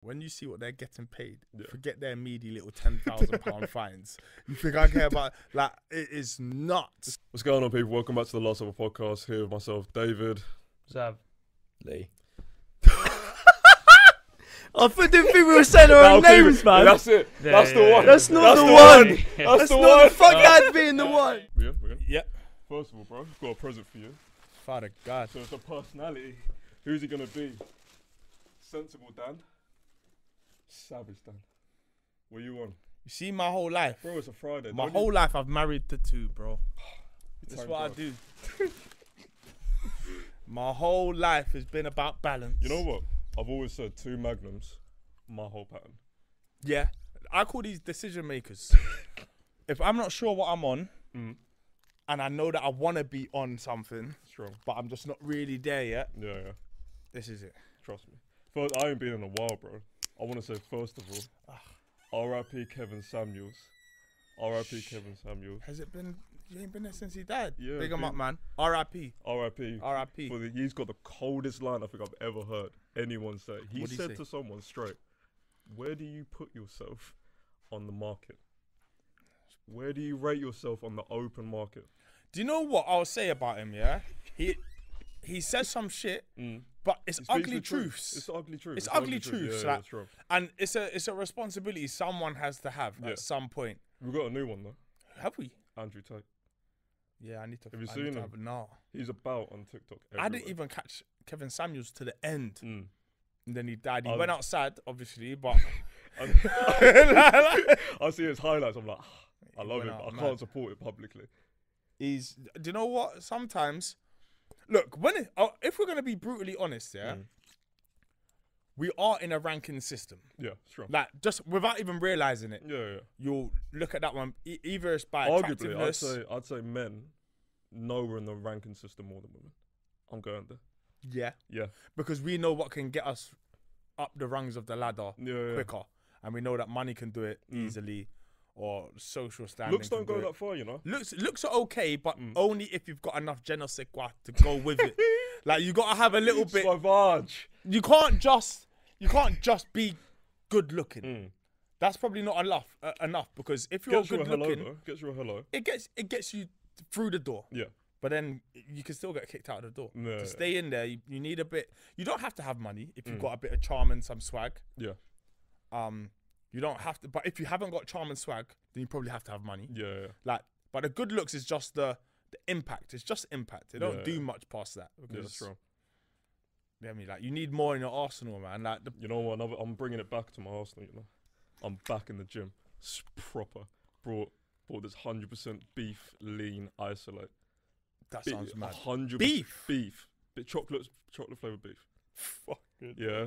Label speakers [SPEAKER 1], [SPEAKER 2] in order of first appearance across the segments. [SPEAKER 1] When you see what they're getting paid,
[SPEAKER 2] Yeah.
[SPEAKER 1] forget their meaty little ten thousand pound fines. You think I care about? Like it is nuts.
[SPEAKER 2] What's going on, people? Welcome back to the Last Ever Podcast. Here with myself, David.
[SPEAKER 3] Zav.
[SPEAKER 4] Lee. I f- didn't think we were saying our own
[SPEAKER 2] That'll keep
[SPEAKER 4] names,
[SPEAKER 2] it.
[SPEAKER 4] man.
[SPEAKER 2] That's it.
[SPEAKER 3] Yeah,
[SPEAKER 2] that's the
[SPEAKER 3] yeah,
[SPEAKER 2] one.
[SPEAKER 3] yeah.
[SPEAKER 4] That's not
[SPEAKER 2] That's
[SPEAKER 4] the
[SPEAKER 2] the
[SPEAKER 4] one.
[SPEAKER 2] one.
[SPEAKER 3] Yeah.
[SPEAKER 4] That's,
[SPEAKER 2] That's Uh. the
[SPEAKER 4] not
[SPEAKER 2] one.
[SPEAKER 4] the fuck that being the one.
[SPEAKER 2] We're good, we're good.
[SPEAKER 1] Yep.
[SPEAKER 2] First of all, bro, I've got a present for you.
[SPEAKER 1] Father God.
[SPEAKER 2] So it's a personality. Who's he gonna be? Sensible Dan. Savage Dan. What you on?
[SPEAKER 1] You see my whole life.
[SPEAKER 2] Bro, it's a Friday.
[SPEAKER 1] My
[SPEAKER 2] don't
[SPEAKER 1] whole life I've married the two, bro. This is
[SPEAKER 2] Thank
[SPEAKER 1] what I
[SPEAKER 2] God.
[SPEAKER 1] do. my whole life has been about balance.
[SPEAKER 2] You, you know what? I've always said two magnums, my whole pattern.
[SPEAKER 1] Yeah. I call these decision makers. if I'm not sure what I'm on,
[SPEAKER 2] Mm.
[SPEAKER 1] and I know that I want to be on something,
[SPEAKER 2] Strong.
[SPEAKER 1] but I'm just not really there yet,
[SPEAKER 2] Yeah, yeah.
[SPEAKER 1] this is it.
[SPEAKER 2] Trust me. First, I ain't been in a while, bro. I want to say first of all, R.I.P. Kevin Samuels. R.I.P. Kevin Samuels.
[SPEAKER 1] Has it been? You ain't been there since he died.
[SPEAKER 2] Yeah,
[SPEAKER 1] Big him
[SPEAKER 2] been-
[SPEAKER 1] up, man. R.I.P.
[SPEAKER 2] R.I.P.
[SPEAKER 1] R.I.P.
[SPEAKER 2] For the, he's got the coldest line I think I've ever heard anyone say. He
[SPEAKER 1] What'd he
[SPEAKER 2] said
[SPEAKER 1] say?
[SPEAKER 2] to someone straight, "Where do you put yourself on the market? Where do you rate yourself on the open market?"
[SPEAKER 1] Do you know what I'll say about him? Yeah, he he says some shit, but Mm. it's
[SPEAKER 2] He speaks
[SPEAKER 1] ugly
[SPEAKER 2] the truth.
[SPEAKER 1] truths.
[SPEAKER 2] It's ugly truth.
[SPEAKER 1] It's ugly
[SPEAKER 2] Yeah,
[SPEAKER 1] truths,
[SPEAKER 2] yeah,
[SPEAKER 1] like-
[SPEAKER 2] it's true.
[SPEAKER 1] and it's a it's a responsibility someone has to have
[SPEAKER 2] Yeah.
[SPEAKER 1] at some point.
[SPEAKER 2] We've got a new one though.
[SPEAKER 1] Have we?
[SPEAKER 2] Andrew Tate.
[SPEAKER 1] Yeah, I need to.
[SPEAKER 2] Have you
[SPEAKER 1] I
[SPEAKER 2] seen
[SPEAKER 1] need to
[SPEAKER 2] him?
[SPEAKER 1] have- no,
[SPEAKER 2] He's about on TikTok.
[SPEAKER 1] I didn't
[SPEAKER 2] everywhere.
[SPEAKER 1] even catch Kevin Samuels to the end,
[SPEAKER 2] Mm.
[SPEAKER 1] and then he died. He
[SPEAKER 2] Um,
[SPEAKER 1] went outside, obviously, but
[SPEAKER 2] I see his highlights. I'm like, "Ah, I
[SPEAKER 1] He
[SPEAKER 2] love
[SPEAKER 1] went
[SPEAKER 2] him.
[SPEAKER 1] out
[SPEAKER 2] but I
[SPEAKER 1] mad.
[SPEAKER 2] can't support it publicly.
[SPEAKER 1] he's. Do you know what? Sometimes, look, when it, oh, if we're gonna be brutally honest, yeah,
[SPEAKER 2] Mm.
[SPEAKER 1] we are in a ranking system.
[SPEAKER 2] Yeah, strong.
[SPEAKER 1] Like just without even realizing it,
[SPEAKER 2] yeah, yeah.
[SPEAKER 1] you'll look at that one e- either it's by
[SPEAKER 2] Arguably, I'd
[SPEAKER 1] attractiveness.
[SPEAKER 2] say I'd say men know we're in the ranking system more than women. I'm going there.
[SPEAKER 1] yeah,
[SPEAKER 2] Yeah,
[SPEAKER 1] because we know what can get us up the rungs of the ladder
[SPEAKER 2] yeah. yeah.
[SPEAKER 1] quicker, and we know that money can do it easily, or social standing.
[SPEAKER 2] Looks
[SPEAKER 1] can
[SPEAKER 2] don't
[SPEAKER 1] do
[SPEAKER 2] go
[SPEAKER 1] it.
[SPEAKER 2] that Mm. far, you know.
[SPEAKER 1] Looks looks are okay, but only if you've got enough je ne sais quoi to go with it. like you gotta have a little bit.
[SPEAKER 2] Sauvage.
[SPEAKER 1] You can't just you can't just be good looking. That's probably not enough uh, enough because if you're
[SPEAKER 2] Hmm. Gets you a
[SPEAKER 1] good
[SPEAKER 2] hello,
[SPEAKER 1] looking,
[SPEAKER 2] though. Gets you a hello.
[SPEAKER 1] it gets it gets you through the door.
[SPEAKER 2] Yeah.
[SPEAKER 1] But then you can still get kicked out of the door.
[SPEAKER 2] No.
[SPEAKER 1] To stay in there, you, you need a bit. You don't have to have money if you've got a bit of charm and some swag.
[SPEAKER 2] Hmm. Yeah.
[SPEAKER 1] Um, you don't have to. But if you haven't got charm and swag, then you probably have to have money.
[SPEAKER 2] Yeah. yeah.
[SPEAKER 1] Like, but the good looks is just the the impact. It's just impact. They don't
[SPEAKER 2] Yeah.
[SPEAKER 1] do much past that
[SPEAKER 2] Yeah,
[SPEAKER 1] because
[SPEAKER 2] strong.
[SPEAKER 1] you know what I mean, like you need more in your arsenal, man. Like the
[SPEAKER 2] You know what? Another, I'm bringing it back to my arsenal. You know, I'm back in the gym. It's proper. Brought bought this hundred percent beef lean isolate.
[SPEAKER 1] that
[SPEAKER 2] Be-
[SPEAKER 1] sounds mad.
[SPEAKER 2] 100%
[SPEAKER 1] Beef?
[SPEAKER 2] beef, bit chocolate, chocolate flavored beef.
[SPEAKER 1] Fucking
[SPEAKER 2] Yeah.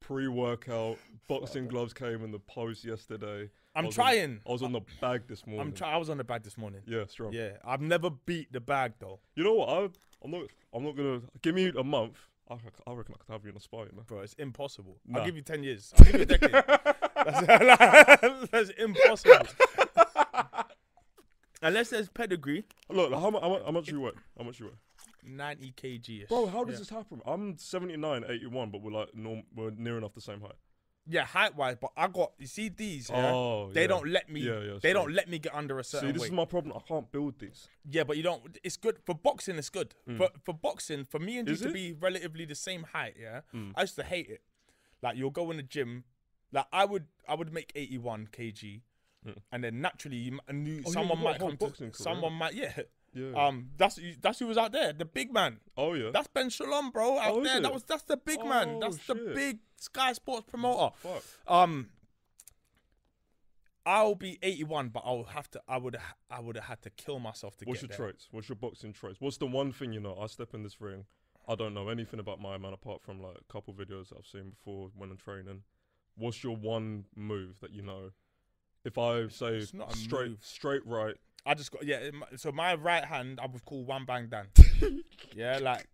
[SPEAKER 2] Pre-workout, boxing gloves came in the post yesterday. I
[SPEAKER 1] I'm
[SPEAKER 2] was on-
[SPEAKER 1] trying.
[SPEAKER 2] I was on the bag this morning.
[SPEAKER 1] I'm trying. I was on the bag this morning.
[SPEAKER 2] Yeah, strong.
[SPEAKER 1] Yeah, I've never beat the bag though,
[SPEAKER 2] You know what? I, I'm not. I'm not gonna give me a month. I, rec- I reckon I could have you in a spy, you know.
[SPEAKER 1] bro. It's impossible.
[SPEAKER 2] Nah.
[SPEAKER 1] I'll give you ten years. I'll give you a decade. that's, that's impossible. Unless there's pedigree,
[SPEAKER 2] Look, how, mu- how, mu- how much you weigh? How much you weigh?
[SPEAKER 1] 90 kg.
[SPEAKER 2] Bro, how does
[SPEAKER 1] yeah.
[SPEAKER 2] this happen? I'm 79, 81, but we're like norm- we're near enough the same height.
[SPEAKER 1] Yeah, height wise, but I got you see these. Yeah,
[SPEAKER 2] Oh,
[SPEAKER 1] they
[SPEAKER 2] yeah.
[SPEAKER 1] don't let me.
[SPEAKER 2] Yeah, yeah,
[SPEAKER 1] they
[SPEAKER 2] sure.
[SPEAKER 1] don't let me get under a
[SPEAKER 2] See,
[SPEAKER 1] certain
[SPEAKER 2] this
[SPEAKER 1] weight.
[SPEAKER 2] is my problem. I can't build these.
[SPEAKER 1] yeah, but you don't. It's good for boxing. It's good for for boxing. For me and you
[SPEAKER 2] Mm. Is
[SPEAKER 1] to
[SPEAKER 2] it? Mm.
[SPEAKER 1] be relatively the same height. Yeah, I used to hate it. Like you'll go in the gym. Like I would, I would make 81 kg, and then naturally you m- knew
[SPEAKER 2] Mm. Oh, yeah,
[SPEAKER 1] someone
[SPEAKER 2] you've got a
[SPEAKER 1] might
[SPEAKER 2] whole
[SPEAKER 1] come to
[SPEAKER 2] boxing career.
[SPEAKER 1] someone might yeah.
[SPEAKER 2] Yeah.
[SPEAKER 1] Um, that's that's who was out there, the big man.
[SPEAKER 2] oh yeah.
[SPEAKER 1] That's Ben Shalom, bro. Out
[SPEAKER 2] Oh, is
[SPEAKER 1] there, that
[SPEAKER 2] it?
[SPEAKER 1] was that's the big man.
[SPEAKER 2] Oh,
[SPEAKER 1] That's the
[SPEAKER 2] shit.
[SPEAKER 1] big Sky Sports promoter.
[SPEAKER 2] Fuck.
[SPEAKER 1] Um, I'll be 81, but I'll have to. I would. I would have had to kill myself to
[SPEAKER 2] What's your
[SPEAKER 1] get there.
[SPEAKER 2] traits? What's your boxing traits? What's the one thing you know? I step in this ring, I don't know anything about my man apart from like a couple videos that I've seen before when I'm training. What's your one move that you know? If I say
[SPEAKER 1] It's not a
[SPEAKER 2] straight,
[SPEAKER 1] move.
[SPEAKER 2] straight right,
[SPEAKER 1] I just got yeah. it mi- So my right hand, I would call one bang Dan. yeah, like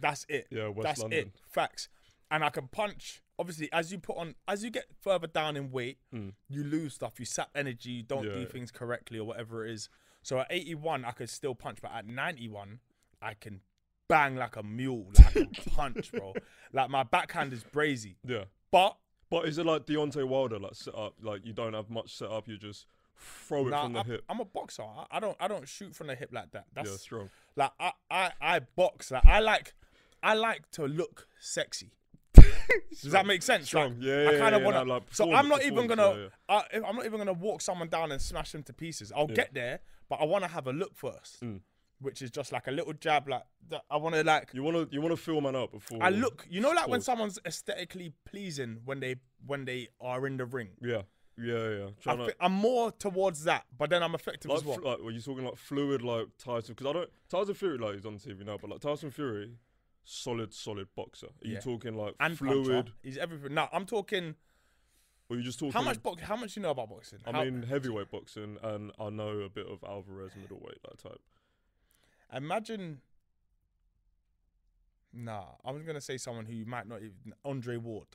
[SPEAKER 1] that's it.
[SPEAKER 2] Yeah, West
[SPEAKER 1] that's
[SPEAKER 2] London.
[SPEAKER 1] it. Facts. And I can punch. Obviously, as you put on, as you get further down in weight, you lose stuff. You sap energy. You don't do
[SPEAKER 2] Hmm. Yeah.
[SPEAKER 1] things correctly or whatever it is. So at 81, I could still punch, but at 91, I can bang like a mule. Like I can punch, bro. Like my backhand is brazy,
[SPEAKER 2] yeah.
[SPEAKER 1] but
[SPEAKER 2] But is it like Deontay Wilder, like set up? Like you don't have much set up, you just throw it
[SPEAKER 1] Nah,
[SPEAKER 2] from the
[SPEAKER 1] I'm,
[SPEAKER 2] hip.
[SPEAKER 1] I'm a boxer. I, I don't I don't shoot from the hip like that. That's
[SPEAKER 2] yeah, strong.
[SPEAKER 1] like I, I I box. Like I like I like to look sexy. Does that make sense? Like,
[SPEAKER 2] Strong. Yeah,
[SPEAKER 1] I
[SPEAKER 2] yeah,
[SPEAKER 1] kind of
[SPEAKER 2] yeah,
[SPEAKER 1] want to.
[SPEAKER 2] no, like,
[SPEAKER 1] so
[SPEAKER 2] perform-
[SPEAKER 1] I'm not even
[SPEAKER 2] performance,
[SPEAKER 1] gonna.
[SPEAKER 2] yeah,
[SPEAKER 1] I, if- I'm not even gonna walk someone down and smash them to pieces. I'll get there, but I want to have a look first,
[SPEAKER 2] Mm.
[SPEAKER 1] which is just like a little jab. Like that I want to like.
[SPEAKER 2] You wanna you wanna fill man up before
[SPEAKER 1] I look. You know, like when
[SPEAKER 2] Pause.
[SPEAKER 1] someone's aesthetically pleasing when they when they are in the ring.
[SPEAKER 2] Yeah. Yeah, yeah.
[SPEAKER 1] I
[SPEAKER 2] Trying to
[SPEAKER 1] thi- I'm more towards that, but then I'm effective
[SPEAKER 2] like,
[SPEAKER 1] as well.
[SPEAKER 2] fl- like were you talking like fluid like Tyson because I don't Tyson Fury like he's on TV now, but like Tyson Fury, solid, solid boxer. Are
[SPEAKER 1] Yeah.
[SPEAKER 2] you talking like
[SPEAKER 1] and
[SPEAKER 2] fluid?
[SPEAKER 1] fluid. He's everything. Now I'm talking.
[SPEAKER 2] Or you just talking
[SPEAKER 1] How much box? How much you know about boxing?
[SPEAKER 2] I
[SPEAKER 1] How-
[SPEAKER 2] mean heavyweight boxing and I know a bit of Alvarez middleweight that type.
[SPEAKER 1] imagine. Nah, I was gonna say someone who you might not even Andre Ward,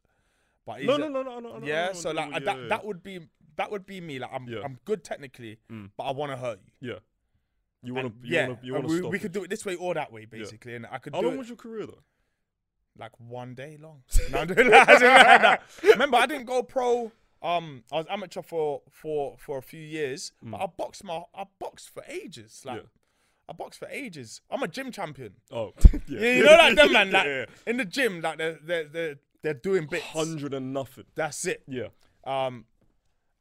[SPEAKER 1] but Uh, he's
[SPEAKER 2] No,
[SPEAKER 1] a-
[SPEAKER 2] no, no, no, no, no.
[SPEAKER 1] yeah.
[SPEAKER 2] no,
[SPEAKER 1] so
[SPEAKER 2] no,
[SPEAKER 1] like
[SPEAKER 2] yeah,
[SPEAKER 1] uh, that
[SPEAKER 2] yeah.
[SPEAKER 1] that would be that would be me. Like I'm
[SPEAKER 2] Yeah.
[SPEAKER 1] I'm good technically,
[SPEAKER 2] Mm.
[SPEAKER 1] but I want to hurt you.
[SPEAKER 2] Yeah. You wanna
[SPEAKER 1] And
[SPEAKER 2] you
[SPEAKER 1] yeah,
[SPEAKER 2] wanna you
[SPEAKER 1] and
[SPEAKER 2] wanna
[SPEAKER 1] we,
[SPEAKER 2] stop
[SPEAKER 1] we
[SPEAKER 2] it.
[SPEAKER 1] could do it this way or that way basically, and I could
[SPEAKER 2] How
[SPEAKER 1] do
[SPEAKER 2] long
[SPEAKER 1] it
[SPEAKER 2] was your career though?
[SPEAKER 1] like one day long. No, I'm doing- I'm doing like that. Remember, I didn't go pro. Um, I was amateur for for for a few years, but I boxed my I boxed for ages. Like,
[SPEAKER 2] Mm. Yeah.
[SPEAKER 1] I boxed for ages. I'm a gym champion.
[SPEAKER 2] Oh, yeah.
[SPEAKER 1] Yeah, you know, like them man,
[SPEAKER 2] Yeah,
[SPEAKER 1] like
[SPEAKER 2] yeah.
[SPEAKER 1] in the gym, like they're they're they're, they're doing bits.
[SPEAKER 2] hundred and nothing.
[SPEAKER 1] That's it.
[SPEAKER 2] Yeah,
[SPEAKER 1] Um,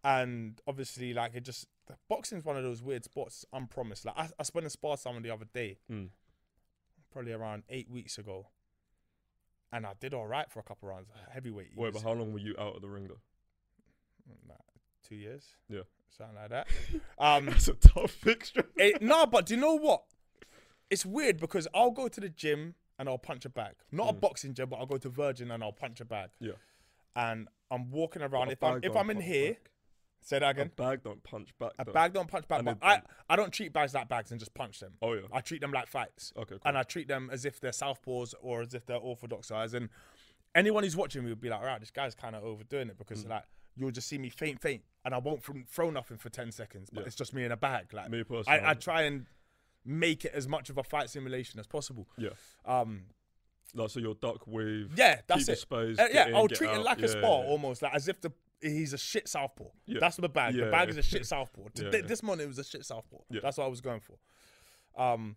[SPEAKER 1] and obviously, like it just boxing's one of those weird sports. It's unpromised. Like I, I spent a spar someone the other day,
[SPEAKER 2] Mm.
[SPEAKER 1] probably around eight weeks ago, and I did all right for a couple rounds. Heavyweight. he
[SPEAKER 2] Wait, but
[SPEAKER 1] was-
[SPEAKER 2] how long were you out of the ring though?
[SPEAKER 1] nah, two years.
[SPEAKER 2] Yeah.
[SPEAKER 1] something like that. Um,
[SPEAKER 2] That's a tough fixture.
[SPEAKER 1] it, no, but do you know what? It's weird because I'll go to the gym and I'll punch a bag. Not a boxing gym, but I'll go to Virgin and I'll punch a bag.
[SPEAKER 2] Mm. Yeah.
[SPEAKER 1] And I'm walking around.
[SPEAKER 2] A
[SPEAKER 1] If I'm
[SPEAKER 2] bag
[SPEAKER 1] if
[SPEAKER 2] don't
[SPEAKER 1] I'm in
[SPEAKER 2] punch
[SPEAKER 1] here,
[SPEAKER 2] back.
[SPEAKER 1] say that
[SPEAKER 2] a
[SPEAKER 1] again.
[SPEAKER 2] bag don't punch back.
[SPEAKER 1] A
[SPEAKER 2] though.
[SPEAKER 1] bag don't punch back,
[SPEAKER 2] And
[SPEAKER 1] but
[SPEAKER 2] they
[SPEAKER 1] I,
[SPEAKER 2] don't.
[SPEAKER 1] I don't treat bags like bags and just punch them.
[SPEAKER 2] Oh yeah.
[SPEAKER 1] I treat them like fights.
[SPEAKER 2] Okay. Cool.
[SPEAKER 1] And I treat them as if they're southpaws or as if they're orthodox guys. And anyone who's watching me would be like, right, this guy's kind of overdoing it
[SPEAKER 2] Mm.
[SPEAKER 1] because like you'll just see me faint, faint, and I won't thro- throw nothing for ten seconds. But
[SPEAKER 2] Yeah.
[SPEAKER 1] it's just me in a bag. Like
[SPEAKER 2] Me personally.
[SPEAKER 1] I, I try and make it as much of a fight simulation as possible.
[SPEAKER 2] yeah.
[SPEAKER 1] Um,
[SPEAKER 2] Like so, your duck wave.
[SPEAKER 1] yeah, that's
[SPEAKER 2] keep the
[SPEAKER 1] it.
[SPEAKER 2] space.
[SPEAKER 1] Uh, yeah,
[SPEAKER 2] get in,
[SPEAKER 1] I'll
[SPEAKER 2] get
[SPEAKER 1] treat it
[SPEAKER 2] out.
[SPEAKER 1] like
[SPEAKER 2] Yeah,
[SPEAKER 1] a spar
[SPEAKER 2] yeah,
[SPEAKER 1] almost, like as if the he's a shit southpaw.
[SPEAKER 2] Yeah.
[SPEAKER 1] That's the bag. the
[SPEAKER 2] Yeah,
[SPEAKER 1] bag
[SPEAKER 2] yeah.
[SPEAKER 1] is a shit southpaw. Today,
[SPEAKER 2] yeah.
[SPEAKER 1] This morning it was a shit southpaw.
[SPEAKER 2] Yeah.
[SPEAKER 1] That's what I was going for. Um,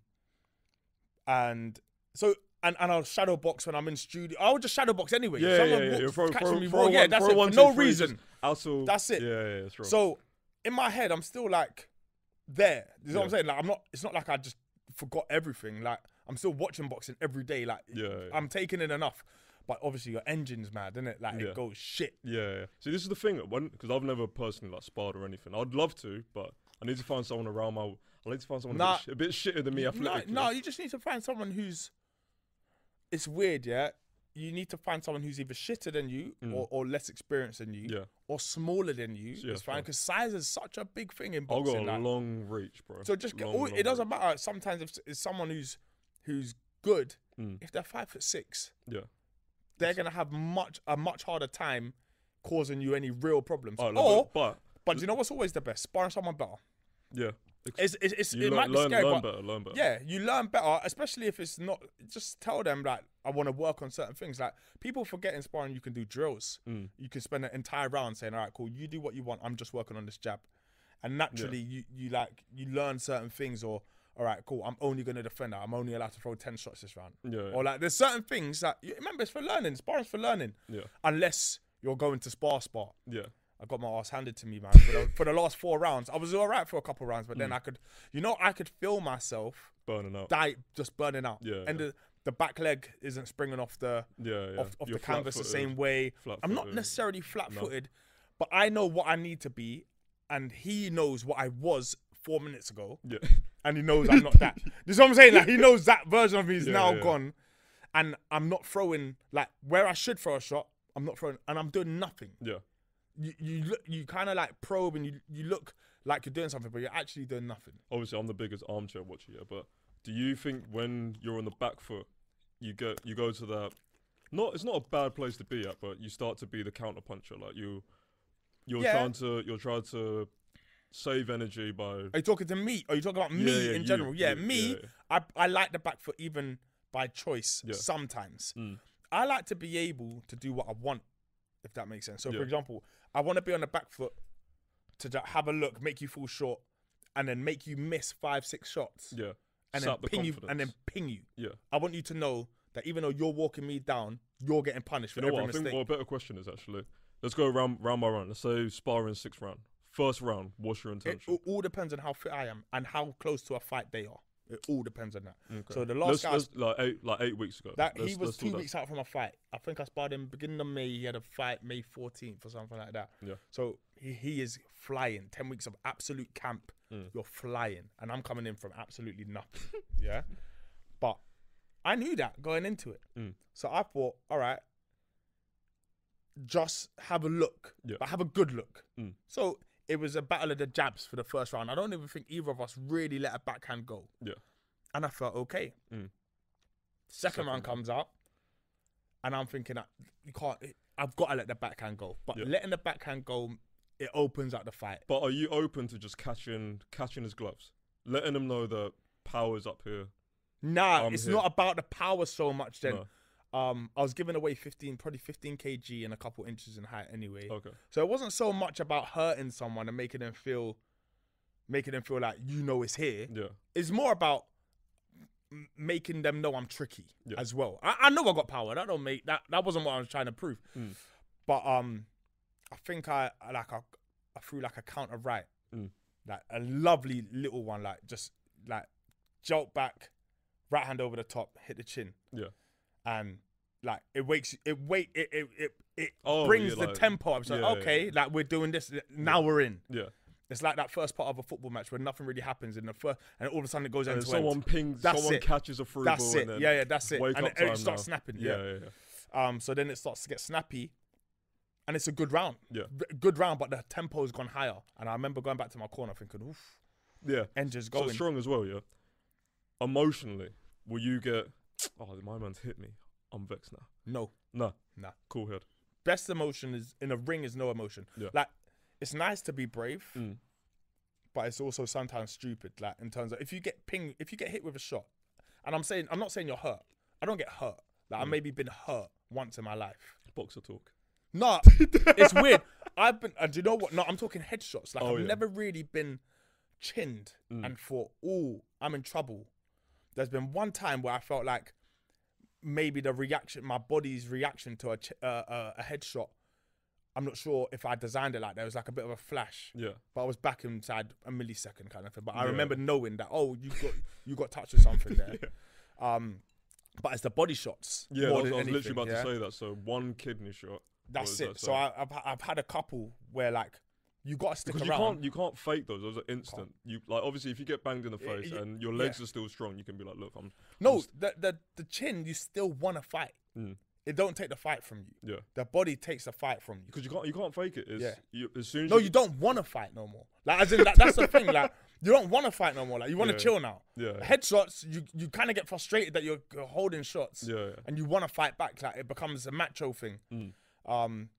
[SPEAKER 1] and so and and I'll shadow box when I'm in studio. I would just shadow box anyway. If
[SPEAKER 2] Yeah, yeah,
[SPEAKER 1] someone
[SPEAKER 2] yeah. yeah.
[SPEAKER 1] walks-
[SPEAKER 2] Throw,
[SPEAKER 1] catches
[SPEAKER 2] throw,
[SPEAKER 1] me
[SPEAKER 2] throw
[SPEAKER 1] raw,
[SPEAKER 2] one,
[SPEAKER 1] yeah, that's
[SPEAKER 2] throw
[SPEAKER 1] it.
[SPEAKER 2] one,
[SPEAKER 1] for no
[SPEAKER 2] two, three, just
[SPEAKER 1] reason.
[SPEAKER 2] Also,
[SPEAKER 1] That's it.
[SPEAKER 2] Yeah, yeah, yeah. Throw.
[SPEAKER 1] So in my head, I'm still like there. You know what I'm
[SPEAKER 2] Yeah.
[SPEAKER 1] saying? Like I'm not. It's not like I just forgot everything. Like I'm still watching boxing every day. Like
[SPEAKER 2] Yeah, yeah.
[SPEAKER 1] I'm taking in enough. But obviously your engine's mad, isn't it? Like
[SPEAKER 2] Yeah.
[SPEAKER 1] it goes shit.
[SPEAKER 2] Yeah, yeah. See, this is the thing. When because I've never personally like sparred or anything. I'd love to, but I need to find someone around my. I need to find someone
[SPEAKER 1] Nah.
[SPEAKER 2] a, bit, sh- a bit shitter than me
[SPEAKER 1] No,
[SPEAKER 2] athletically.
[SPEAKER 1] no, you just need to find someone who's. It's weird, yeah. You need to find someone who's either shitter than you or, or less experienced than you
[SPEAKER 2] Mm. Yeah.
[SPEAKER 1] or smaller than you.
[SPEAKER 2] Yeah,
[SPEAKER 1] it's fine
[SPEAKER 2] fine.
[SPEAKER 1] because size is such a big thing in
[SPEAKER 2] I'll
[SPEAKER 1] boxing.
[SPEAKER 2] go a
[SPEAKER 1] like-
[SPEAKER 2] long reach, bro.
[SPEAKER 1] So just get,
[SPEAKER 2] Long,
[SPEAKER 1] all,
[SPEAKER 2] long
[SPEAKER 1] it doesn't
[SPEAKER 2] reach.
[SPEAKER 1] matter. Sometimes if it's someone who's who's good,
[SPEAKER 2] Mm.
[SPEAKER 1] if they're five foot six,
[SPEAKER 2] Yeah.
[SPEAKER 1] they're gonna have much a much harder time causing you any real problems.
[SPEAKER 2] Oh,
[SPEAKER 1] or,
[SPEAKER 2] no, but,
[SPEAKER 1] but do you know what's always the best? Sparring someone better.
[SPEAKER 2] but yeah, Ex-
[SPEAKER 1] It's, it's, it's,
[SPEAKER 2] you
[SPEAKER 1] it
[SPEAKER 2] learn,
[SPEAKER 1] might be
[SPEAKER 2] learn,
[SPEAKER 1] scary,
[SPEAKER 2] learn
[SPEAKER 1] but
[SPEAKER 2] better, learn better.
[SPEAKER 1] yeah, you learn better, especially if it's not. Just tell them like I want to work on certain things. Like people forget in sparring, you can do drills.
[SPEAKER 2] Mm.
[SPEAKER 1] You can spend an entire round saying, "All right, cool, you do what you want. I'm just working on this jab," and naturally, you you like you learn certain things. Or all right, cool, I'm only going to defend that. I'm only allowed to throw ten shots this round.
[SPEAKER 2] Yeah, yeah.
[SPEAKER 1] Or like there's certain things that you remember it's for learning. Sparring's for learning.
[SPEAKER 2] Yeah.
[SPEAKER 1] Unless you're going to spar spar.
[SPEAKER 2] yeah.
[SPEAKER 1] I got my ass handed to me, man. For the, for the last four rounds, I was all right for a couple rounds, but
[SPEAKER 2] Mm.
[SPEAKER 1] then I could, you know, I could feel myself
[SPEAKER 2] burning out.
[SPEAKER 1] die just burning out.
[SPEAKER 2] Yeah,
[SPEAKER 1] And
[SPEAKER 2] yeah.
[SPEAKER 1] the, the back leg isn't springing off the
[SPEAKER 2] yeah, yeah.
[SPEAKER 1] off, off
[SPEAKER 2] You're
[SPEAKER 1] the canvas the
[SPEAKER 2] flat-footed.
[SPEAKER 1] same way. I'm not
[SPEAKER 2] Flat-footed.
[SPEAKER 1] necessarily flat footed, but I know what I need to be, and he knows what I was four minutes ago,
[SPEAKER 2] Yeah,
[SPEAKER 1] and he knows I'm not that. This is what I'm saying. Like he knows that version of me is
[SPEAKER 2] Yeah,
[SPEAKER 1] now
[SPEAKER 2] yeah.
[SPEAKER 1] gone, and I'm not throwing like where I should throw a shot. I'm not throwing, and I'm doing nothing
[SPEAKER 2] yeah,
[SPEAKER 1] you you look you kind of like probe and you you look like you're doing something, but you're actually doing nothing.
[SPEAKER 2] obviously I'm the biggest armchair watcher here, but do you think when you're on the back foot, you get you go to that? Not it's not a bad place to be at, but you start to be the counter puncher. Like you, you're
[SPEAKER 1] Yeah.
[SPEAKER 2] trying to you're trying to save energy by
[SPEAKER 1] Are you talking to me? Are you talking about Uh, me
[SPEAKER 2] Yeah, yeah,
[SPEAKER 1] in
[SPEAKER 2] you,
[SPEAKER 1] general? Yeah,
[SPEAKER 2] you,
[SPEAKER 1] me.
[SPEAKER 2] yeah, yeah.
[SPEAKER 1] I I like the back foot even by choice
[SPEAKER 2] Yeah.
[SPEAKER 1] sometimes.
[SPEAKER 2] Mm.
[SPEAKER 1] I like to be able to do what I want. If if that makes sense. So,
[SPEAKER 2] Yeah.
[SPEAKER 1] for example, I want to be on the back foot to ju- have a look, make you fall short, and then make you miss five, six shots,
[SPEAKER 2] Yeah.
[SPEAKER 1] and then
[SPEAKER 2] Sap the
[SPEAKER 1] ping you,
[SPEAKER 2] confidence.
[SPEAKER 1] and then ping you.
[SPEAKER 2] Yeah.
[SPEAKER 1] I want you to know that even though you're walking me down, you're getting punished for
[SPEAKER 2] You know
[SPEAKER 1] every
[SPEAKER 2] what? I
[SPEAKER 1] mistake.
[SPEAKER 2] think what a better question is actually. Let's go round round by round. Let's say sparring sixth round. First round, what's your
[SPEAKER 1] It
[SPEAKER 2] intention?
[SPEAKER 1] all- all depends on how fit I am and how close to a fight they are. It all depends on that. So the last
[SPEAKER 2] let's,
[SPEAKER 1] guy I
[SPEAKER 2] let's- like eight like eight weeks ago.
[SPEAKER 1] That
[SPEAKER 2] Let's-
[SPEAKER 1] he was
[SPEAKER 2] let's do
[SPEAKER 1] two
[SPEAKER 2] that.
[SPEAKER 1] weeks out from a fight. I think I sparred him beginning of May. He had a fight May 14th or something like that.
[SPEAKER 2] Yeah.
[SPEAKER 1] So he, he is flying. Ten weeks of absolute camp.
[SPEAKER 2] Mm.
[SPEAKER 1] You're flying, and I'm coming in from absolutely nothing. yeah. But I knew that going into it.
[SPEAKER 2] Mm.
[SPEAKER 1] So I thought, all right, just have a look,
[SPEAKER 2] Yeah.
[SPEAKER 1] but have a good look.
[SPEAKER 2] Mm.
[SPEAKER 1] So it was a battle of the jabs for the first round. I don't even think either of us really let a backhand go.
[SPEAKER 2] Yeah.
[SPEAKER 1] And I felt okay.
[SPEAKER 2] Mm.
[SPEAKER 1] Second,
[SPEAKER 2] Second
[SPEAKER 1] round
[SPEAKER 2] round.
[SPEAKER 1] comes out, and I'm thinking, I- you can't. eh, I've got to let the backhand go. But
[SPEAKER 2] Yeah.
[SPEAKER 1] letting the backhand go, it opens up the fight.
[SPEAKER 2] But are you open to just catching catching his gloves, letting him know that power's up here?
[SPEAKER 1] Nah,
[SPEAKER 2] I'm
[SPEAKER 1] it's
[SPEAKER 2] here.
[SPEAKER 1] not about the power so much. Then, um, I was giving away 15, probably 15 kg and a couple inches in height anyway.
[SPEAKER 2] No. Okay.
[SPEAKER 1] So it wasn't so much about hurting someone and making them feel, making them feel like you know it's here.
[SPEAKER 2] Yeah.
[SPEAKER 1] It's more about m- making them know I'm tricky
[SPEAKER 2] Yeah.
[SPEAKER 1] as well. I, I know I got power. That don't make that. That wasn't what I was trying to prove.
[SPEAKER 2] Mm.
[SPEAKER 1] But um, I think I I like I, I threw like a counter right,
[SPEAKER 2] Mm.
[SPEAKER 1] like a lovely little one, like just like jolt back, right hand over the top, hit the chin.
[SPEAKER 2] Yeah.
[SPEAKER 1] and like it wakes it wait it it it. it
[SPEAKER 2] Oh,
[SPEAKER 1] brings
[SPEAKER 2] yeah,
[SPEAKER 1] the
[SPEAKER 2] like-
[SPEAKER 1] tempo up. So
[SPEAKER 2] yeah, yeah,
[SPEAKER 1] okay, like we're doing this now. We're in.
[SPEAKER 2] Yeah.
[SPEAKER 1] It's like that first part of a football match where nothing really happens in the first, and all of a sudden it goes
[SPEAKER 2] And
[SPEAKER 1] end
[SPEAKER 2] then
[SPEAKER 1] to end.
[SPEAKER 2] someone pings.
[SPEAKER 1] That's
[SPEAKER 2] someone
[SPEAKER 1] it.
[SPEAKER 2] catches a through
[SPEAKER 1] That's
[SPEAKER 2] ball.
[SPEAKER 1] it.
[SPEAKER 2] And then
[SPEAKER 1] yeah, yeah, that's it.
[SPEAKER 2] Wake
[SPEAKER 1] And
[SPEAKER 2] up
[SPEAKER 1] it, it
[SPEAKER 2] time
[SPEAKER 1] starts
[SPEAKER 2] now.
[SPEAKER 1] snapping.
[SPEAKER 2] Yeah.
[SPEAKER 1] Yeah.
[SPEAKER 2] Yeah. yeah.
[SPEAKER 1] Um. So then it starts to get snappy, and it's a good round.
[SPEAKER 2] Yeah.
[SPEAKER 1] V- Good round, but the tempo's gone higher. And I remember going back to my corner thinking, "Oof,
[SPEAKER 2] Yeah.
[SPEAKER 1] engine's
[SPEAKER 2] So
[SPEAKER 1] going."
[SPEAKER 2] strong as well. Yeah. Emotionally, will you get? Oh, my man's hit me. I'm vexed now.
[SPEAKER 1] no,
[SPEAKER 2] No.
[SPEAKER 1] Nah.
[SPEAKER 2] Cool head.
[SPEAKER 1] best emotion is in a ring is no emotion.
[SPEAKER 2] Yeah.
[SPEAKER 1] Like it's nice to be brave,
[SPEAKER 2] Mm.
[SPEAKER 1] but it's also sometimes stupid. Like in terms of if you get ping, if you get hit with a shot, and I'm saying I'm not saying you're hurt. I don't get hurt. Like I
[SPEAKER 2] Mm.
[SPEAKER 1] maybe been hurt once in my life.
[SPEAKER 2] Boxer talk.
[SPEAKER 1] No, it's weird. I've been, and do you know what? No, I'm talking headshots. Like
[SPEAKER 2] Oh,
[SPEAKER 1] I've
[SPEAKER 2] yeah. Mm.
[SPEAKER 1] never really been chinned and thought, "Oh, I'm in trouble." There's been one time where I felt like maybe the reaction, my body's reaction to a ch- uh, uh, a headshot. I'm not sure if I designed it like that. It was like a bit of a flash,
[SPEAKER 2] Yeah.
[SPEAKER 1] but I was back inside a millisecond kind of thing. But I
[SPEAKER 2] Yeah.
[SPEAKER 1] remember knowing that, oh, you got you got touched with something there. Um, but it's the body shots.
[SPEAKER 2] Yeah.
[SPEAKER 1] more
[SPEAKER 2] I was,
[SPEAKER 1] than
[SPEAKER 2] I was
[SPEAKER 1] anything,
[SPEAKER 2] literally about
[SPEAKER 1] yeah?
[SPEAKER 2] to say that. So one kidney shot. What
[SPEAKER 1] That's
[SPEAKER 2] is
[SPEAKER 1] it.
[SPEAKER 2] that,
[SPEAKER 1] so
[SPEAKER 2] sorry?
[SPEAKER 1] I, I've I've had a couple where like you got to stick
[SPEAKER 2] Because you
[SPEAKER 1] around.
[SPEAKER 2] can't you can't fake those. Those are instant. You like obviously if you get banged in the
[SPEAKER 1] Yeah,
[SPEAKER 2] face
[SPEAKER 1] yeah,
[SPEAKER 2] and your
[SPEAKER 1] yeah.
[SPEAKER 2] legs are still strong, you can be like, look, I'm
[SPEAKER 1] no, the, the the chin you still want to fight.
[SPEAKER 2] Mm.
[SPEAKER 1] It don't take the fight from you.
[SPEAKER 2] yeah.
[SPEAKER 1] The body takes the fight from you.
[SPEAKER 2] Because you can't you can't fake it. It's,
[SPEAKER 1] Yeah.
[SPEAKER 2] you, as soon as
[SPEAKER 1] No, you don't want to fight no more. Like as in like, that's the thing. Like you don't want to fight no more. Like you want to
[SPEAKER 2] Yeah.
[SPEAKER 1] chill now.
[SPEAKER 2] Yeah, yeah.
[SPEAKER 1] Headshots, you you kind of get frustrated that you're, you're holding shots.
[SPEAKER 2] Yeah, Mm. yeah.
[SPEAKER 1] And you want to fight back. Like it becomes a macho thing. Um,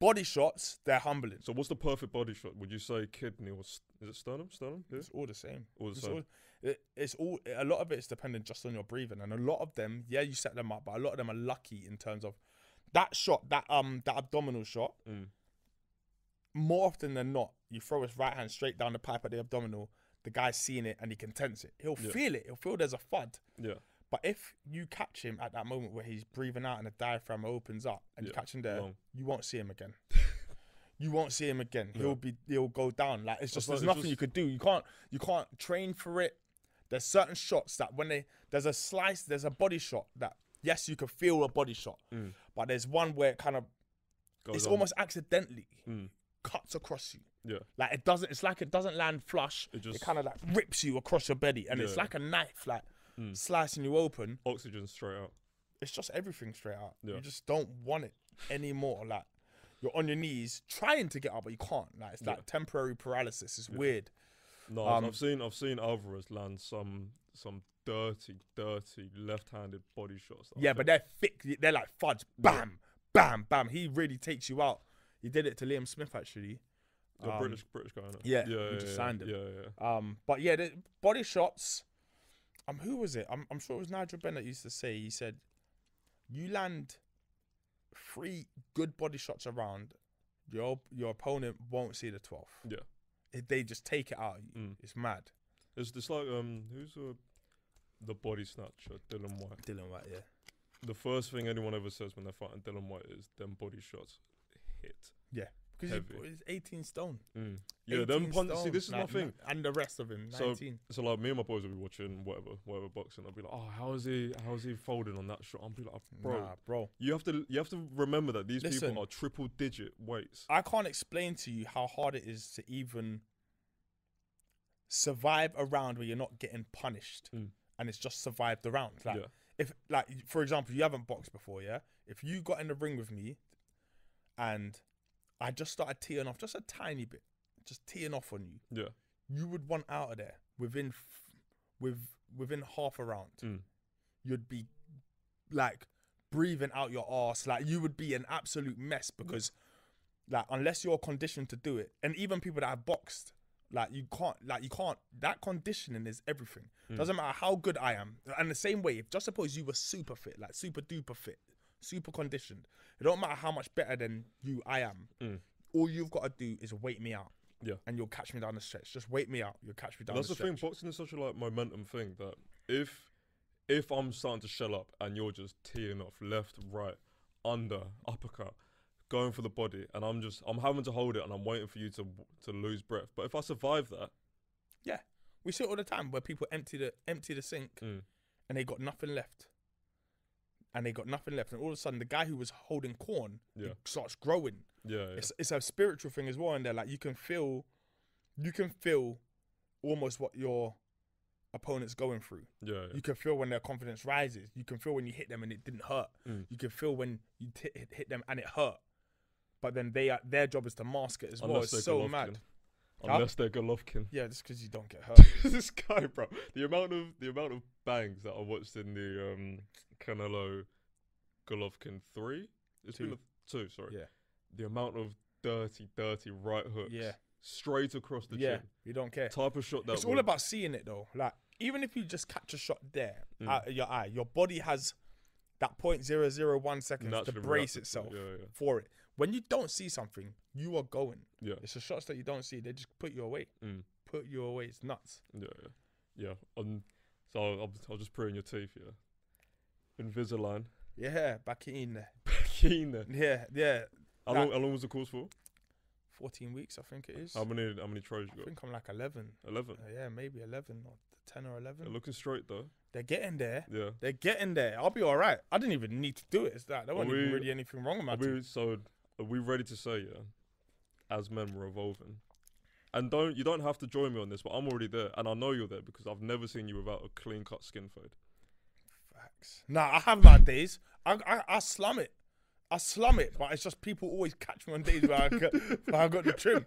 [SPEAKER 1] body shots, they're humbling.
[SPEAKER 2] So what's the perfect body shot? Would you say kidney or st- is it sternum? Sternum? Yeah.
[SPEAKER 1] It's all the same.
[SPEAKER 2] All the
[SPEAKER 1] It's
[SPEAKER 2] same.
[SPEAKER 1] it- it's all a lot of it is dependent just on your breathing, and a lot of them, yeah, you set them up, but a lot of them are lucky in terms of that shot, that um, that abdominal shot.
[SPEAKER 2] Mm.
[SPEAKER 1] More often than not, you throw his right hand straight down the pipe at the abdominal. The guy's seeing it and he can tense it. He'll
[SPEAKER 2] Yeah.
[SPEAKER 1] feel it. He'll feel there's a thud.
[SPEAKER 2] Yeah.
[SPEAKER 1] But if you catch him at that moment where he's breathing out and the diaphragm opens up and you
[SPEAKER 2] Yeah,
[SPEAKER 1] catch him there,
[SPEAKER 2] long.
[SPEAKER 1] you won't see him again. you won't see him again. He'll be he'll go down. Like it's just
[SPEAKER 2] like-
[SPEAKER 1] there's
[SPEAKER 2] it's
[SPEAKER 1] nothing
[SPEAKER 2] just-
[SPEAKER 1] you could do. You can't you can't train for it. There's certain shots that when they there's a slice, there's a body shot that yes, you can feel a body shot. But there's one where it kind of
[SPEAKER 2] Mm. Goes
[SPEAKER 1] it's
[SPEAKER 2] on. Mm.
[SPEAKER 1] almost accidentally cuts across you.
[SPEAKER 2] yeah.
[SPEAKER 1] Like it doesn't. It's like it doesn't land flush. It,
[SPEAKER 2] It just-
[SPEAKER 1] kind of like rips you across your belly, and it's
[SPEAKER 2] Yeah. Mm.
[SPEAKER 1] like a knife, like slicing you open.
[SPEAKER 2] Oxygen straight out.
[SPEAKER 1] It's just everything straight out.
[SPEAKER 2] Yeah.
[SPEAKER 1] You just don't want it anymore. Like you're on your knees trying to get up, but you can't. Like it's like temporary paralysis. It's weird.
[SPEAKER 2] No,
[SPEAKER 1] Um,
[SPEAKER 2] I've- I've seen I've seen Alvarez land some some dirty, dirty left-handed body shots. that I
[SPEAKER 1] Yeah, but they're thick. They're like fudge. Bam, bam, bam. He really takes you out. He did it to Liam Smith actually.
[SPEAKER 2] think- the British British guy. innit?
[SPEAKER 1] um, yeah,
[SPEAKER 2] yeah,
[SPEAKER 1] we just
[SPEAKER 2] yeah,
[SPEAKER 1] signed him.
[SPEAKER 2] yeah, yeah, yeah.
[SPEAKER 1] Um, but yeah, the body shots. Um, who was it? I'm, I'm sure it was Nigel Bennett used to say. He said, "You land three good body shots around, your your opponent won't see the 12th.
[SPEAKER 2] Yeah.
[SPEAKER 1] If they just take it out of you.
[SPEAKER 2] Mm.
[SPEAKER 1] It's mad.
[SPEAKER 2] It's just like um, who's uh, the body snatcher, Dylan White.
[SPEAKER 1] Dylan White, yeah.
[SPEAKER 2] The first thing anyone ever says when they're fighting Dylan White is them body shots hit.
[SPEAKER 1] Because he's,
[SPEAKER 2] Heavy.
[SPEAKER 1] he's 18 stone.
[SPEAKER 2] Yeah, them
[SPEAKER 1] 18
[SPEAKER 2] punches. See,
[SPEAKER 1] stone.
[SPEAKER 2] this is my
[SPEAKER 1] Like,
[SPEAKER 2] thing.
[SPEAKER 1] And the rest of him,
[SPEAKER 2] So-
[SPEAKER 1] 19.
[SPEAKER 2] So like me and my boys will be watching whatever, whatever boxing. I'll be like, oh, how is he? How is he folding on that shot? I'll be like, bro,
[SPEAKER 1] Nah, bro.
[SPEAKER 2] you have to, you have to remember that these
[SPEAKER 1] Listen.
[SPEAKER 2] people are triple digit weights.
[SPEAKER 1] I can't explain to you how hard it is to even survive a round where you're not getting punished
[SPEAKER 2] Mm.
[SPEAKER 1] and it's just survived the round. Like
[SPEAKER 2] Yeah.
[SPEAKER 1] if like for example, you haven't boxed before, yeah? If you got in the ring with me and I just started teeing off just a tiny bit, just teeing off on you,
[SPEAKER 2] Yeah,
[SPEAKER 1] you would want out of there within f- with within half a round.
[SPEAKER 2] Mm.
[SPEAKER 1] You'd be like breathing out your ass, like you would be an absolute mess because like unless you're conditioned to do it, and even people that have boxed, like you can't, like you can't. That conditioning is everything. Doesn't matter how good I am. And the same way, if just suppose you were super fit, like super duper fit, super conditioned, it don't matter how much better than you I am.
[SPEAKER 2] Mm.
[SPEAKER 1] All you've got to do is wait me out
[SPEAKER 2] yeah.
[SPEAKER 1] and you'll catch me down the stretch. Just wait me out. You'll catch me down
[SPEAKER 2] That's
[SPEAKER 1] the
[SPEAKER 2] the
[SPEAKER 1] stretch.
[SPEAKER 2] thing. Boxing is such a like momentum thing that if, if I'm starting to shell up and you're just teeing off left, right, under, uppercut, going for the body, and I'm just, I'm having to hold it, and I'm waiting for you to, to lose breath. But if I survive that,
[SPEAKER 1] Yeah, we see it all the time where people empty the empty the sink
[SPEAKER 2] Mm.
[SPEAKER 1] and they got nothing left, and they got nothing left, and all of a sudden the guy who was holding corn he
[SPEAKER 2] Yeah.
[SPEAKER 1] starts growing.
[SPEAKER 2] yeah, yeah.
[SPEAKER 1] It's it's a spiritual thing as well, and they're like you can feel, you can feel, almost what your opponent's going through.
[SPEAKER 2] yeah, yeah.
[SPEAKER 1] You can feel when their confidence rises. You can feel when you hit them and it didn't hurt.
[SPEAKER 2] Mm.
[SPEAKER 1] You can feel when you t- hit- hit them and it hurt. But then they are, their job is to mask it as well. It's so mad. Huh?
[SPEAKER 2] Unless they're Golovkin.
[SPEAKER 1] Yeah, just because you don't get hurt.
[SPEAKER 2] this guy, bro. The amount of the amount of bangs that I watched in the um, Canelo Golovkin three. It's been
[SPEAKER 1] Two.
[SPEAKER 2] a, two, sorry.
[SPEAKER 1] Yeah.
[SPEAKER 2] The amount of dirty, dirty right hooks.
[SPEAKER 1] Yeah.
[SPEAKER 2] Straight across the
[SPEAKER 1] yeah,
[SPEAKER 2] chin.
[SPEAKER 1] you don't care.
[SPEAKER 2] Type of shot that
[SPEAKER 1] It's all
[SPEAKER 2] would-
[SPEAKER 1] about seeing it though. Like even if you just catch a shot there
[SPEAKER 2] Mm.
[SPEAKER 1] out of your eye, your body has that point zero zero one seconds to
[SPEAKER 2] Naturally
[SPEAKER 1] brace
[SPEAKER 2] reacted to it,
[SPEAKER 1] itself
[SPEAKER 2] yeah, yeah.
[SPEAKER 1] for it. When you don't see something, you are going.
[SPEAKER 2] Yeah.
[SPEAKER 1] It's the shots that you don't see. They just put you away.
[SPEAKER 2] Mm.
[SPEAKER 1] Put you away. It's nuts.
[SPEAKER 2] Yeah, yeah. Yeah. Um, so I'll, I'll just put it in your teeth, yeah. Invisalign.
[SPEAKER 1] Yeah, back in there.
[SPEAKER 2] Keen there.
[SPEAKER 1] Yeah, yeah.
[SPEAKER 2] How
[SPEAKER 1] Nah.
[SPEAKER 2] long, how long was the course for?
[SPEAKER 1] Fourteen weeks, I think it is.
[SPEAKER 2] How many how many tries
[SPEAKER 1] I
[SPEAKER 2] you got?
[SPEAKER 1] think I'm like eleven.
[SPEAKER 2] Eleven.
[SPEAKER 1] Uh, yeah, maybe eleven or ten or
[SPEAKER 2] They're
[SPEAKER 1] eleven.
[SPEAKER 2] looking straight though.
[SPEAKER 1] They're getting there.
[SPEAKER 2] Yeah.
[SPEAKER 1] They're getting there. I'll be all right. I didn't even need to do it. It's that there
[SPEAKER 2] Are
[SPEAKER 1] wasn't even
[SPEAKER 2] we-
[SPEAKER 1] really anything wrong
[SPEAKER 2] Are
[SPEAKER 1] about it.
[SPEAKER 2] we, so are we ready to say yeah? As men, we're evolving, and don't you don't have to join me on this, but I'm already there, and I know you're there because I've never seen you without a clean cut skin fade.
[SPEAKER 1] Facts. Nah, I have my days. I, I I slum it. I slum it, but it's just people always catch me on days where I got, where I got the trim.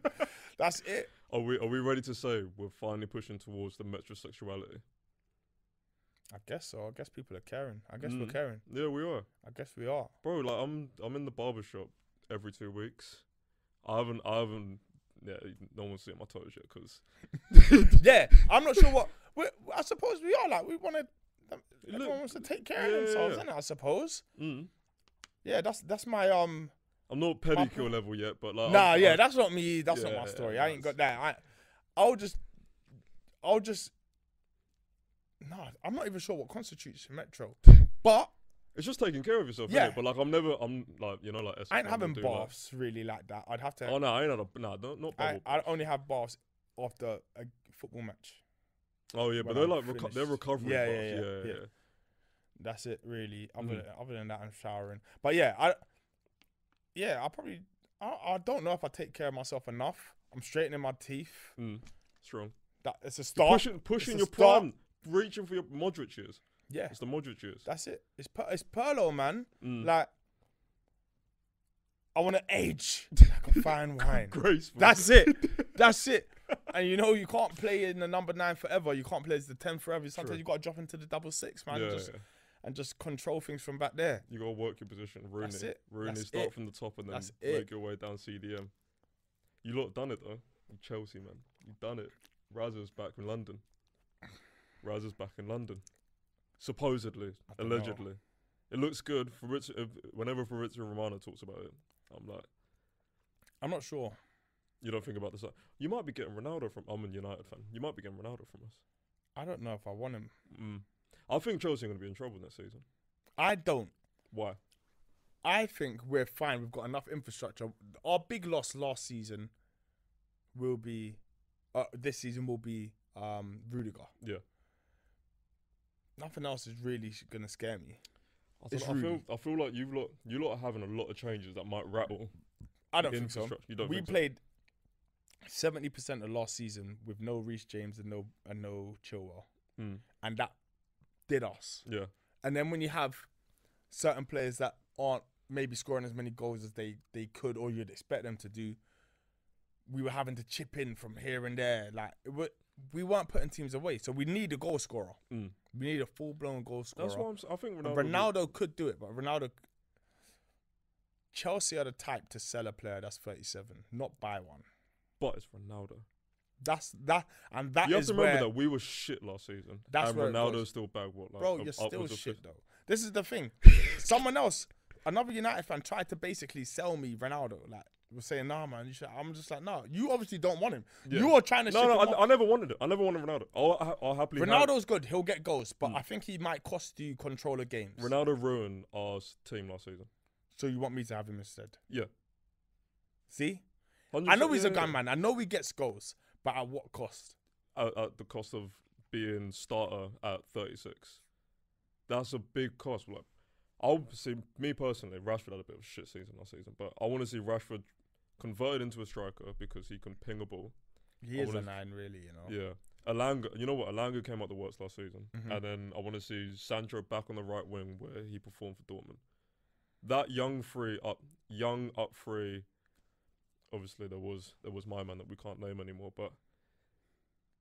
[SPEAKER 1] That's it.
[SPEAKER 2] Are we are we ready to say we're finally pushing towards the metrosexuality?
[SPEAKER 1] I guess so. I guess people are caring. I guess
[SPEAKER 2] Mm.
[SPEAKER 1] we're caring.
[SPEAKER 2] Yeah, we are,
[SPEAKER 1] I guess we are.
[SPEAKER 2] bro. Like I'm I'm in the barber shop every two weeks. I haven't I haven't yeah no one's seen my toes yet because
[SPEAKER 1] Yeah, I'm not sure what. we I suppose we are like we want to. Everyone wants to take care
[SPEAKER 2] yeah,
[SPEAKER 1] of themselves,
[SPEAKER 2] yeah.
[SPEAKER 1] and I suppose.
[SPEAKER 2] mm,
[SPEAKER 1] Yeah, that's that's my um.
[SPEAKER 2] I'm not pedicure level yet, but like
[SPEAKER 1] Nah,
[SPEAKER 2] I'm-
[SPEAKER 1] yeah,
[SPEAKER 2] I'm-
[SPEAKER 1] that's not me. That's not
[SPEAKER 2] Yeah,
[SPEAKER 1] my story.
[SPEAKER 2] yeah,
[SPEAKER 1] I ain't got that. I, I'll just, I'll just. Nah, I'm not even sure what constitutes metro, but
[SPEAKER 2] it's just taking care of yourself. Yeah,
[SPEAKER 1] Yeah.
[SPEAKER 2] but like I'm never I'm like you know like
[SPEAKER 1] I ain't
[SPEAKER 2] Esquire,
[SPEAKER 1] having
[SPEAKER 2] do, like-
[SPEAKER 1] baths really like that. I'd have to.
[SPEAKER 2] Oh no, I ain't had a nah, not, not
[SPEAKER 1] I,
[SPEAKER 2] bubble.
[SPEAKER 1] I only have baths after a football match.
[SPEAKER 2] oh yeah,
[SPEAKER 1] when
[SPEAKER 2] but they're
[SPEAKER 1] I'm
[SPEAKER 2] like reco- they're
[SPEAKER 1] finished.
[SPEAKER 2] recovery.
[SPEAKER 1] Yeah,
[SPEAKER 2] baths,
[SPEAKER 1] yeah,
[SPEAKER 2] yeah,
[SPEAKER 1] yeah,
[SPEAKER 2] yeah,
[SPEAKER 1] yeah. That's it, really. Other,
[SPEAKER 2] Mhm.
[SPEAKER 1] than, other than that, I'm showering. But yeah, I, yeah, I probably, I, I don't know if I take care of myself enough. I'm straightening my teeth.
[SPEAKER 2] yeah. Mm, strong.
[SPEAKER 1] That it's a start.
[SPEAKER 2] Pushing, pushing
[SPEAKER 1] a
[SPEAKER 2] your
[SPEAKER 1] start.
[SPEAKER 2] prime, reaching for your Modric years.
[SPEAKER 1] Yeah,
[SPEAKER 2] It's the Modric years.
[SPEAKER 1] that's it. It's per, it's Perlo, man.
[SPEAKER 2] Mm.
[SPEAKER 1] Like, I want to age like a fine wine.
[SPEAKER 2] Graceful.
[SPEAKER 1] That's it. That's it. And you know you can't play in the number nine forever. You can't play as the ten forever. Sometimes
[SPEAKER 2] True.
[SPEAKER 1] you gotta drop into the double six, man,
[SPEAKER 2] yeah,
[SPEAKER 1] and, just,
[SPEAKER 2] yeah.
[SPEAKER 1] and just control things from back there.
[SPEAKER 2] you gotta work your position. Rooney,
[SPEAKER 1] That's it.
[SPEAKER 2] Rooney,
[SPEAKER 1] That's
[SPEAKER 2] start
[SPEAKER 1] it.
[SPEAKER 2] from the top and then
[SPEAKER 1] That's
[SPEAKER 2] make
[SPEAKER 1] it.
[SPEAKER 2] your way down CDM. You lot done it though. You Chelsea man, you done it. Razza's back in London. Razza's back in London, supposedly,
[SPEAKER 1] I dunno.
[SPEAKER 2] allegedly. It looks good. Fabrizio, if, whenever Fabrizio Romano talks about it, I'm like,
[SPEAKER 1] I'm not sure.
[SPEAKER 2] you don't think about this. You might be getting Ronaldo from. I'm a United fan. You might be getting Ronaldo from us.
[SPEAKER 1] I don't know if I want him.
[SPEAKER 2] Mm. I think Chelsea are going to be in trouble next season.
[SPEAKER 1] I don't.
[SPEAKER 2] Why?
[SPEAKER 1] I think we're fine. We've got enough infrastructure. Our big loss last season will be, uh, this season will be um, Rudiger.
[SPEAKER 2] Yeah.
[SPEAKER 1] Nothing else is really sh- gonna scare me.
[SPEAKER 2] I,
[SPEAKER 1] It's
[SPEAKER 2] don't know, I feel
[SPEAKER 1] Rooney.
[SPEAKER 2] I feel like you've lot you lot are having a lot of changes that might rattle.
[SPEAKER 1] I don't
[SPEAKER 2] the
[SPEAKER 1] think so.
[SPEAKER 2] infrastructure. You don't
[SPEAKER 1] we
[SPEAKER 2] think so?
[SPEAKER 1] played seventy percent of last season with no Reece James and no and no Chilwell,
[SPEAKER 2] Mm.
[SPEAKER 1] and that did us.
[SPEAKER 2] Yeah.
[SPEAKER 1] And then when you have certain players that aren't maybe scoring as many goals as they they could or you'd expect them to do, we were having to chip in from here and there. Like it wa- we weren't putting teams away, so we need a goal scorer.
[SPEAKER 2] Mm.
[SPEAKER 1] We need a full blown goal scorer.
[SPEAKER 2] That's why I'm. s- I think Ronaldo.
[SPEAKER 1] And
[SPEAKER 2] will be-
[SPEAKER 1] Ronaldo could do it, but Ronaldo. Chelsea are the type to sell a player that's 37, not buy one.
[SPEAKER 2] but it's Ronaldo.
[SPEAKER 1] That's that, and that is
[SPEAKER 2] you have to remember
[SPEAKER 1] where,
[SPEAKER 2] that we were shit last season.
[SPEAKER 1] That's
[SPEAKER 2] and
[SPEAKER 1] where it
[SPEAKER 2] Ronaldo's
[SPEAKER 1] was.
[SPEAKER 2] still bad. What, like,
[SPEAKER 1] bro,
[SPEAKER 2] up-
[SPEAKER 1] you're still
[SPEAKER 2] upwards of
[SPEAKER 1] shit
[SPEAKER 2] fifty.
[SPEAKER 1] though. This is the thing. Someone else, another United fan, tried to basically sell me Ronaldo. Like, was saying, "Nah, man," you should, I'm just like, "No, you obviously don't want him.
[SPEAKER 2] Yeah.
[SPEAKER 1] You are trying to."
[SPEAKER 2] No,
[SPEAKER 1] ship
[SPEAKER 2] no,
[SPEAKER 1] him
[SPEAKER 2] I,
[SPEAKER 1] off.
[SPEAKER 2] I never wanted it. I never wanted Ronaldo. I'll, ha- I'll happily. have-
[SPEAKER 1] Ronaldo's good. He'll get goals, but I think he might cost you control of games.
[SPEAKER 2] Hmm. Ronaldo ruined our s- team last season.
[SPEAKER 1] so you want me to have him instead?
[SPEAKER 2] Yeah.
[SPEAKER 1] See,
[SPEAKER 2] 100%,
[SPEAKER 1] I know he's a
[SPEAKER 2] yeah,
[SPEAKER 1] gun
[SPEAKER 2] yeah.
[SPEAKER 1] man. I know he gets goals, but at what cost?
[SPEAKER 2] At, at the cost of being starter at 36. That's a big cost. Like, I'll see me personally. Rashford had a bit of a shit season last season, but I want to see Rashford converted into a striker because he can ping a ball.
[SPEAKER 1] He
[SPEAKER 2] I
[SPEAKER 1] is a
[SPEAKER 2] would've-
[SPEAKER 1] nine, really. You know.
[SPEAKER 2] Yeah. Alanga, you know what? Alanga came out the worst last season,
[SPEAKER 1] Mhm.
[SPEAKER 2] and then I want to see Sancho back on the right wing where he performed for Dortmund. That young free up, young up free. Obviously, there was there was my man that we can't name anymore, but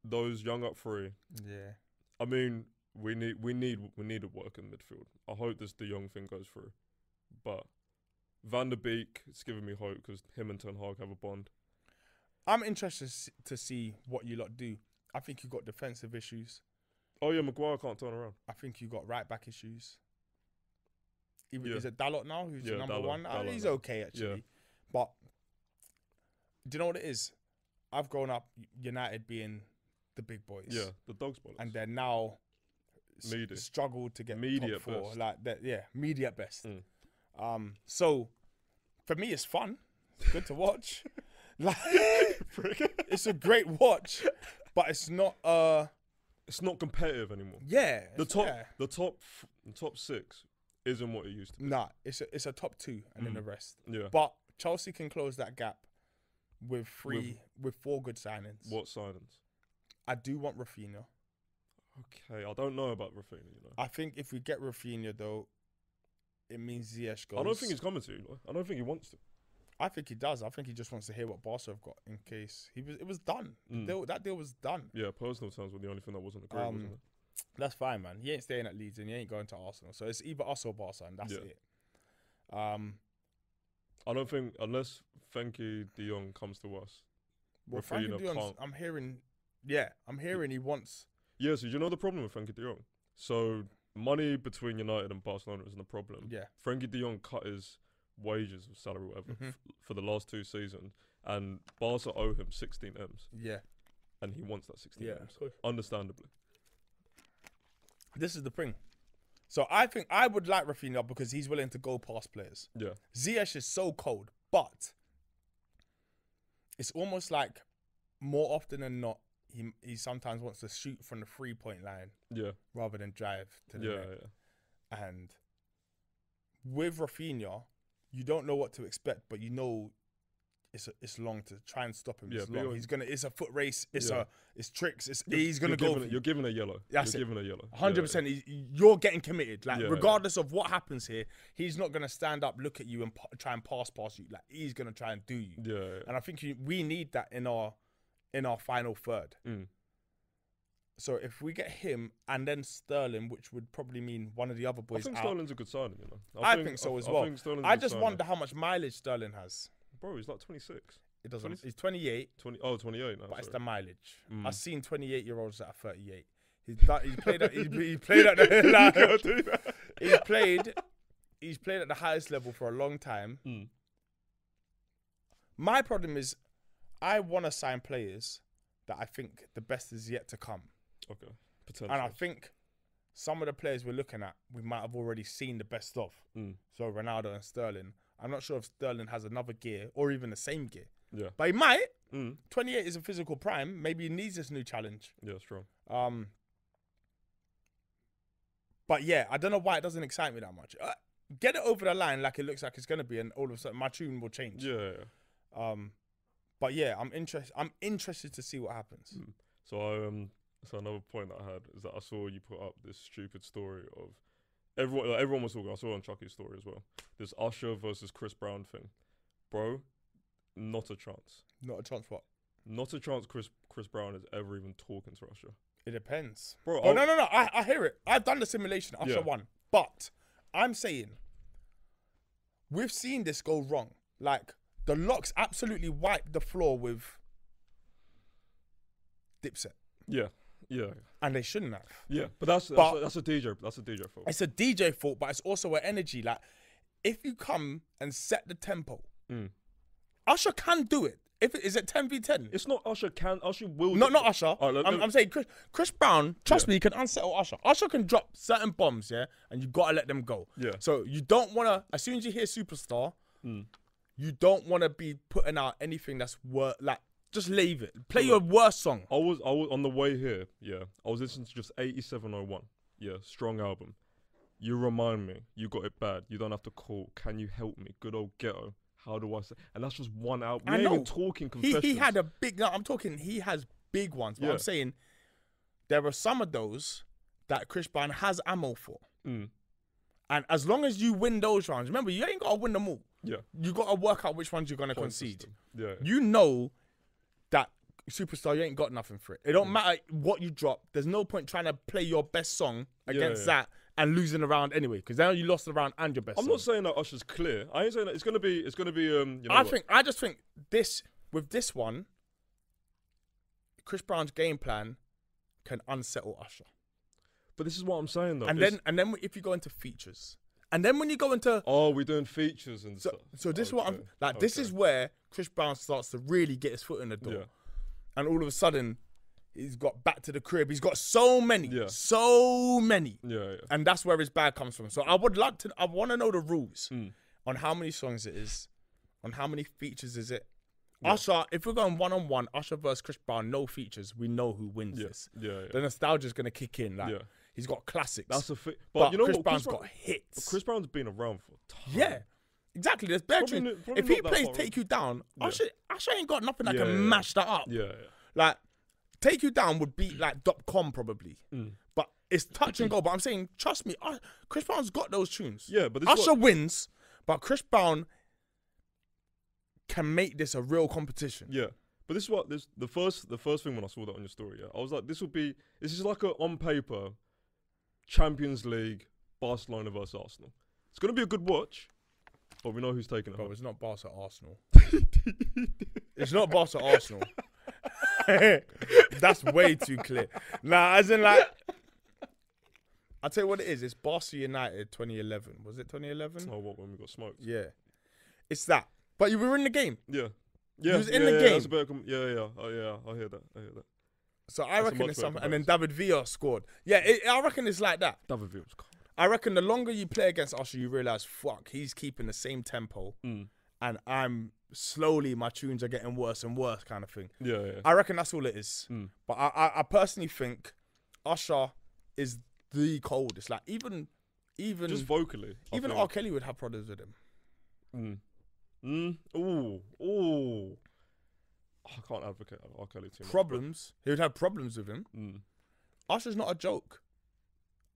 [SPEAKER 2] those young up free.
[SPEAKER 1] Yeah.
[SPEAKER 2] I mean, we need we need we need a work in midfield. I hope this the young thing goes through, but Van der Beek it's giving me hope because him and Ten Hag have a bond.
[SPEAKER 1] I'm interested s- to see what you lot do. I think you got defensive issues.
[SPEAKER 2] Oh yeah, Maguire can't turn around.
[SPEAKER 1] I think you got right back issues. Even,
[SPEAKER 2] Yeah.
[SPEAKER 1] Is it Dalot now who's the
[SPEAKER 2] Yeah,
[SPEAKER 1] number
[SPEAKER 2] Dalot-
[SPEAKER 1] one? Ah,
[SPEAKER 2] Dalot
[SPEAKER 1] he's
[SPEAKER 2] now.
[SPEAKER 1] okay actually, but do you know what it is? I've grown up United being the big boys,
[SPEAKER 2] Yeah, the dog's bollocks.
[SPEAKER 1] and uh, they're now s-
[SPEAKER 2] Meaty.
[SPEAKER 1] struggled to get
[SPEAKER 2] Meaty
[SPEAKER 1] top
[SPEAKER 2] at
[SPEAKER 1] four.
[SPEAKER 2] best.
[SPEAKER 1] Like that, yeah, media at best.
[SPEAKER 2] Mm.
[SPEAKER 1] Um, so for me, it's fun. It's good to watch. like, it's a great watch, but it's not. Uh,
[SPEAKER 2] it's not competitive anymore.
[SPEAKER 1] yeah,
[SPEAKER 2] the
[SPEAKER 1] it's-
[SPEAKER 2] top,
[SPEAKER 1] yeah.
[SPEAKER 2] the top, f- the top six isn't what it used to be.
[SPEAKER 1] Nah, it's a, it's a top two and
[SPEAKER 2] Mm.
[SPEAKER 1] then the rest.
[SPEAKER 2] Yeah.
[SPEAKER 1] But Chelsea can close that gap with three, with, four good signings.
[SPEAKER 2] What signings?
[SPEAKER 1] I do want Rafinha.
[SPEAKER 2] Okay, I don't know about Rafinha. You know,
[SPEAKER 1] I think if we get Rafinha though, it means Ziyech goes.
[SPEAKER 2] I don't think he's coming to. You know? I don't think he wants to.
[SPEAKER 1] I think he does. I think he just wants to hear what Barca have got in case he was. It was done. The
[SPEAKER 2] Mm.
[SPEAKER 1] deal- that deal was done.
[SPEAKER 2] Yeah, personal terms were the only thing that wasn't agreed, wasn't
[SPEAKER 1] Um,
[SPEAKER 2] it?
[SPEAKER 1] That's fine, man. He ain't staying at Leeds and he ain't going to Arsenal. So it's either us or Barca, and that's
[SPEAKER 2] Yeah.
[SPEAKER 1] it. Um,
[SPEAKER 2] I don't think unless Fenki De Jong comes to us.
[SPEAKER 1] well, Frankie
[SPEAKER 2] Rafinha
[SPEAKER 1] de Jong's-
[SPEAKER 2] can't-
[SPEAKER 1] I'm hearing. Yeah, I'm hearing he wants.
[SPEAKER 2] Yeah, so you know the problem with Frenkie De Jong. So money between United and Barcelona isn't a problem.
[SPEAKER 1] Yeah.
[SPEAKER 2] Frankie De Jong cut his wages or salary, whatever,
[SPEAKER 1] Mhm.
[SPEAKER 2] f- for the last two seasons, and Barca owe him 16 m's,
[SPEAKER 1] Yeah.
[SPEAKER 2] and he wants that 16
[SPEAKER 1] Yeah,
[SPEAKER 2] m's,
[SPEAKER 1] of course.
[SPEAKER 2] understandably.
[SPEAKER 1] This is the thing. So I think I would like Rafinha because he's willing to go past players.
[SPEAKER 2] Yeah.
[SPEAKER 1] Ziyech is so cold, but it's almost like more often than not, he he sometimes wants to shoot from the three point line
[SPEAKER 2] Yeah,
[SPEAKER 1] rather than drive to the
[SPEAKER 2] yeah,
[SPEAKER 1] net.
[SPEAKER 2] yeah.
[SPEAKER 1] And with Rafinha, you don't know what to expect, but you know it's it's long to try and stop him.
[SPEAKER 2] Yeah,
[SPEAKER 1] it's
[SPEAKER 2] but
[SPEAKER 1] long.
[SPEAKER 2] you're-
[SPEAKER 1] He's gonna. It's a foot race. It's
[SPEAKER 2] Yeah.
[SPEAKER 1] a. It's tricks. It's
[SPEAKER 2] You're-
[SPEAKER 1] he's gonna
[SPEAKER 2] you're
[SPEAKER 1] go.
[SPEAKER 2] Giving,
[SPEAKER 1] for
[SPEAKER 2] it-
[SPEAKER 1] you.
[SPEAKER 2] you're giving a yellow.
[SPEAKER 1] That's
[SPEAKER 2] you're
[SPEAKER 1] it.
[SPEAKER 2] giving a yellow.
[SPEAKER 1] Hundred
[SPEAKER 2] Yeah,
[SPEAKER 1] percent. You're getting committed. Like
[SPEAKER 2] Yeah, yeah.
[SPEAKER 1] regardless of what happens here, he's not gonna stand up, look at you, and p- try and pass past you. Like he's gonna try and do you.
[SPEAKER 2] Yeah. yeah, yeah.
[SPEAKER 1] And I think you, we need that in our in our final third.
[SPEAKER 2] Mm.
[SPEAKER 1] So if we get him and then Sterling, which would probably mean one of the other
[SPEAKER 2] I
[SPEAKER 1] boys
[SPEAKER 2] think
[SPEAKER 1] out,
[SPEAKER 2] Sterling's a good signing, you know.
[SPEAKER 1] I think, so as well.
[SPEAKER 2] I, think Sterling's a
[SPEAKER 1] I
[SPEAKER 2] good
[SPEAKER 1] just
[SPEAKER 2] signing.
[SPEAKER 1] wonder how much mileage Sterling has.
[SPEAKER 2] Bro, he's like 26.
[SPEAKER 1] It doesn't.
[SPEAKER 2] 20?
[SPEAKER 1] He's 28,
[SPEAKER 2] 20, oh, 28 now.
[SPEAKER 1] but it's
[SPEAKER 2] sorry.
[SPEAKER 1] the mileage.
[SPEAKER 2] Mm.
[SPEAKER 1] I've seen 28 year olds that are 38. He's, done- he's played. At, he's, he played at the.
[SPEAKER 2] You can't do that.
[SPEAKER 1] He played he's played at the highest level for a long time.
[SPEAKER 2] Mm.
[SPEAKER 1] My problem is, I want to sign players that I think the best is yet to come,
[SPEAKER 2] Okay.
[SPEAKER 1] and I
[SPEAKER 2] Potential.
[SPEAKER 1] think some of the players we're looking at, we might have already seen the best of.
[SPEAKER 2] Mm.
[SPEAKER 1] So Ronaldo and Sterling. I'm not sure if Sterling has another gear or even the same gear,
[SPEAKER 2] Yeah.
[SPEAKER 1] but he might.
[SPEAKER 2] Mm.
[SPEAKER 1] 28 is a physical prime. Maybe he needs this new challenge.
[SPEAKER 2] Yeah, strong.
[SPEAKER 1] Um, but yeah, I don't know why it doesn't excite me that much. Uh, get it over the line like it looks like it's gonna be, and all of a sudden my tune will change.
[SPEAKER 2] Yeah, yeah. yeah.
[SPEAKER 1] Um, but yeah, I'm interested. I'm interested to see what happens.
[SPEAKER 2] Mm. So I, um, so another point that I had is that I saw you put up this stupid story of everyone. Like, everyone was talking. I saw it on Chucky's story as well. This Usher versus Chris Brown thing, bro. Not a chance.
[SPEAKER 1] Not a chance. What?
[SPEAKER 2] Not a chance. Chris Chris Brown is ever even talking to Usher,
[SPEAKER 1] It depends.
[SPEAKER 2] bro.
[SPEAKER 1] Oh
[SPEAKER 2] I-
[SPEAKER 1] no no no! I, I hear it. I've done the simulation. Usher
[SPEAKER 2] Yeah.
[SPEAKER 1] won, but I'm saying we've seen this go wrong. Like the locks absolutely wiped the floor with Dipset,
[SPEAKER 2] Yeah, yeah,
[SPEAKER 1] and they shouldn't have.
[SPEAKER 2] yeah. But that's that's,
[SPEAKER 1] But-
[SPEAKER 2] that's a DJ. That's a DJ fault.
[SPEAKER 1] It's a DJ fault, but it's also an energy. Like if you come and set the tempo,
[SPEAKER 2] Mm.
[SPEAKER 1] Usher can do it. If it is it ten v ten?
[SPEAKER 2] It's Oh, not Usher. Can Usher will?
[SPEAKER 1] No,
[SPEAKER 2] do
[SPEAKER 1] not
[SPEAKER 2] it.
[SPEAKER 1] Usher.
[SPEAKER 2] Alright, let-
[SPEAKER 1] I'm,
[SPEAKER 2] let-
[SPEAKER 1] I'm saying Chris, Chris Brown. Trust me, he can unsettle Usher. Usher can drop certain bombs, yeah, and you gotta let them go.
[SPEAKER 2] Yeah. Mm.
[SPEAKER 1] So you don't wanna. As soon as you hear superstar, you don't wanna be putting out anything that's worth like. Just leave it. Play your worst song.
[SPEAKER 2] I was I was on the way here. Yeah, I was listening to just eighty seven oh one. Yeah, strong album. You remind me. You got it bad. You don't have to call. Can you help me? Good old ghetto. How do I say? And that's just one album.
[SPEAKER 1] I
[SPEAKER 2] We're
[SPEAKER 1] know.
[SPEAKER 2] even talking
[SPEAKER 1] He,
[SPEAKER 2] confessions.
[SPEAKER 1] he had a big. No, I'm talking. He has big ones. But
[SPEAKER 2] Yeah.
[SPEAKER 1] I'm saying there are some of those that Chris Brown has ammo for.
[SPEAKER 2] Mm.
[SPEAKER 1] And as long as you win those rounds, remember you ain't gotta win them all.
[SPEAKER 2] yeah
[SPEAKER 1] You gotta work out which ones you're gonna
[SPEAKER 2] point
[SPEAKER 1] concede.
[SPEAKER 2] system. Yeah,
[SPEAKER 1] you know that superstar you ain't got nothing for it. It
[SPEAKER 2] Mm.
[SPEAKER 1] don't matter what you drop. There's no point trying to play your best song against
[SPEAKER 2] yeah.
[SPEAKER 1] that and losing the round anyway, because now you lost the round and your best.
[SPEAKER 2] I'm
[SPEAKER 1] song.
[SPEAKER 2] not saying that Usher's clear. I ain't saying that. It's gonna be. It's gonna be. Um, you know.
[SPEAKER 1] I
[SPEAKER 2] what?
[SPEAKER 1] think I just think this with this one, Chris Brown's game plan can unsettle Usher,
[SPEAKER 2] But this is what I'm saying though.
[SPEAKER 1] and
[SPEAKER 2] It's-
[SPEAKER 1] then and then if you go into features, and then when you go into
[SPEAKER 2] oh, we're doing features and
[SPEAKER 1] So,
[SPEAKER 2] stuff.
[SPEAKER 1] so this is what I'm
[SPEAKER 2] Oh, Okay,
[SPEAKER 1] like. This
[SPEAKER 2] okay.
[SPEAKER 1] is where Chris Brown starts to really get his foot in the door,
[SPEAKER 2] Yeah.
[SPEAKER 1] and all of a sudden, he's got back to the crib. He's got so many,
[SPEAKER 2] Yeah.
[SPEAKER 1] so many,
[SPEAKER 2] Yeah, yeah.
[SPEAKER 1] and that's where his bag comes from. So I would like to. I want to know the rules
[SPEAKER 2] Mm.
[SPEAKER 1] on how many songs it is, on how many features is it. Usher, if we're going one on one, Usher versus Chris Brown, no features. We know who wins
[SPEAKER 2] Yeah,
[SPEAKER 1] this.
[SPEAKER 2] yeah, yeah.
[SPEAKER 1] The nostalgia's gonna kick in. Like
[SPEAKER 2] Yeah.
[SPEAKER 1] he's got classics.
[SPEAKER 2] That's a fi- but,
[SPEAKER 1] but,
[SPEAKER 2] you know
[SPEAKER 1] Chris
[SPEAKER 2] what?
[SPEAKER 1] Brown's
[SPEAKER 2] Brown-
[SPEAKER 1] got hits.
[SPEAKER 2] Chris Brown's been around for time.
[SPEAKER 1] Yeah, exactly. There's bare
[SPEAKER 2] Probably
[SPEAKER 1] truth.
[SPEAKER 2] n- probably
[SPEAKER 1] If he
[SPEAKER 2] not that
[SPEAKER 1] plays
[SPEAKER 2] far
[SPEAKER 1] Take You Down, Usher, Usher ain't got nothing that
[SPEAKER 2] Yeah,
[SPEAKER 1] can
[SPEAKER 2] yeah,
[SPEAKER 1] mash that up.
[SPEAKER 2] Yeah, yeah.
[SPEAKER 1] Like, Take You Down would beat like Dot Com probably.
[SPEAKER 2] Mm.
[SPEAKER 1] But it's touch and go. But I'm saying, trust me, Us- Chris Brown's got those tunes.
[SPEAKER 2] Yeah, but this is
[SPEAKER 1] Usher wins, but Chris Brown can make this a real competition.
[SPEAKER 2] Yeah, but this is what this the first the first thing when I saw that on your story. Yeah, I was like, this will be this is like a on paper Champions League Barcelona versus Arsenal. It's gonna be a good watch, but we know who's taking it.
[SPEAKER 1] Bro,
[SPEAKER 2] home.
[SPEAKER 1] it's not Barca Arsenal. it's not Barca Arsenal. That's way too clear. Nah, as in like, I tell you what it is. It's Barca United 2011. Was it 2011?
[SPEAKER 2] Oh, what when we got smoked?
[SPEAKER 1] Yeah, it's that. But you were in the game,
[SPEAKER 2] Yeah, yeah.
[SPEAKER 1] was in
[SPEAKER 2] yeah,
[SPEAKER 1] the
[SPEAKER 2] yeah,
[SPEAKER 1] game.
[SPEAKER 2] that's a better com- yeah, yeah. Oh, yeah. I hear that. I hear that.
[SPEAKER 1] so I
[SPEAKER 2] That's a
[SPEAKER 1] reckon
[SPEAKER 2] much
[SPEAKER 1] it's
[SPEAKER 2] better
[SPEAKER 1] something. And then David Villa scored. Yeah, it, I reckon it's like that.
[SPEAKER 2] David Villa's cold.
[SPEAKER 1] I reckon the longer you play against Usher, you realize, fuck, he's keeping the same tempo,
[SPEAKER 2] Mm.
[SPEAKER 1] and I'm slowly my tunes are getting worse and worse, kind of thing.
[SPEAKER 2] Yeah, yeah.
[SPEAKER 1] I reckon that's all it is.
[SPEAKER 2] Mm.
[SPEAKER 1] But I, I, I personally think Usher is the coldest. Like even, even,
[SPEAKER 2] Just vocally. I
[SPEAKER 1] even R.
[SPEAKER 2] think.
[SPEAKER 1] Kelly would have problems with him.
[SPEAKER 2] Mm. Mm. Ooh, ooh. I can't advocate R. Kelly too much.
[SPEAKER 1] Problems. He would have problems with him.
[SPEAKER 2] Mm.
[SPEAKER 1] Usher's not a joke.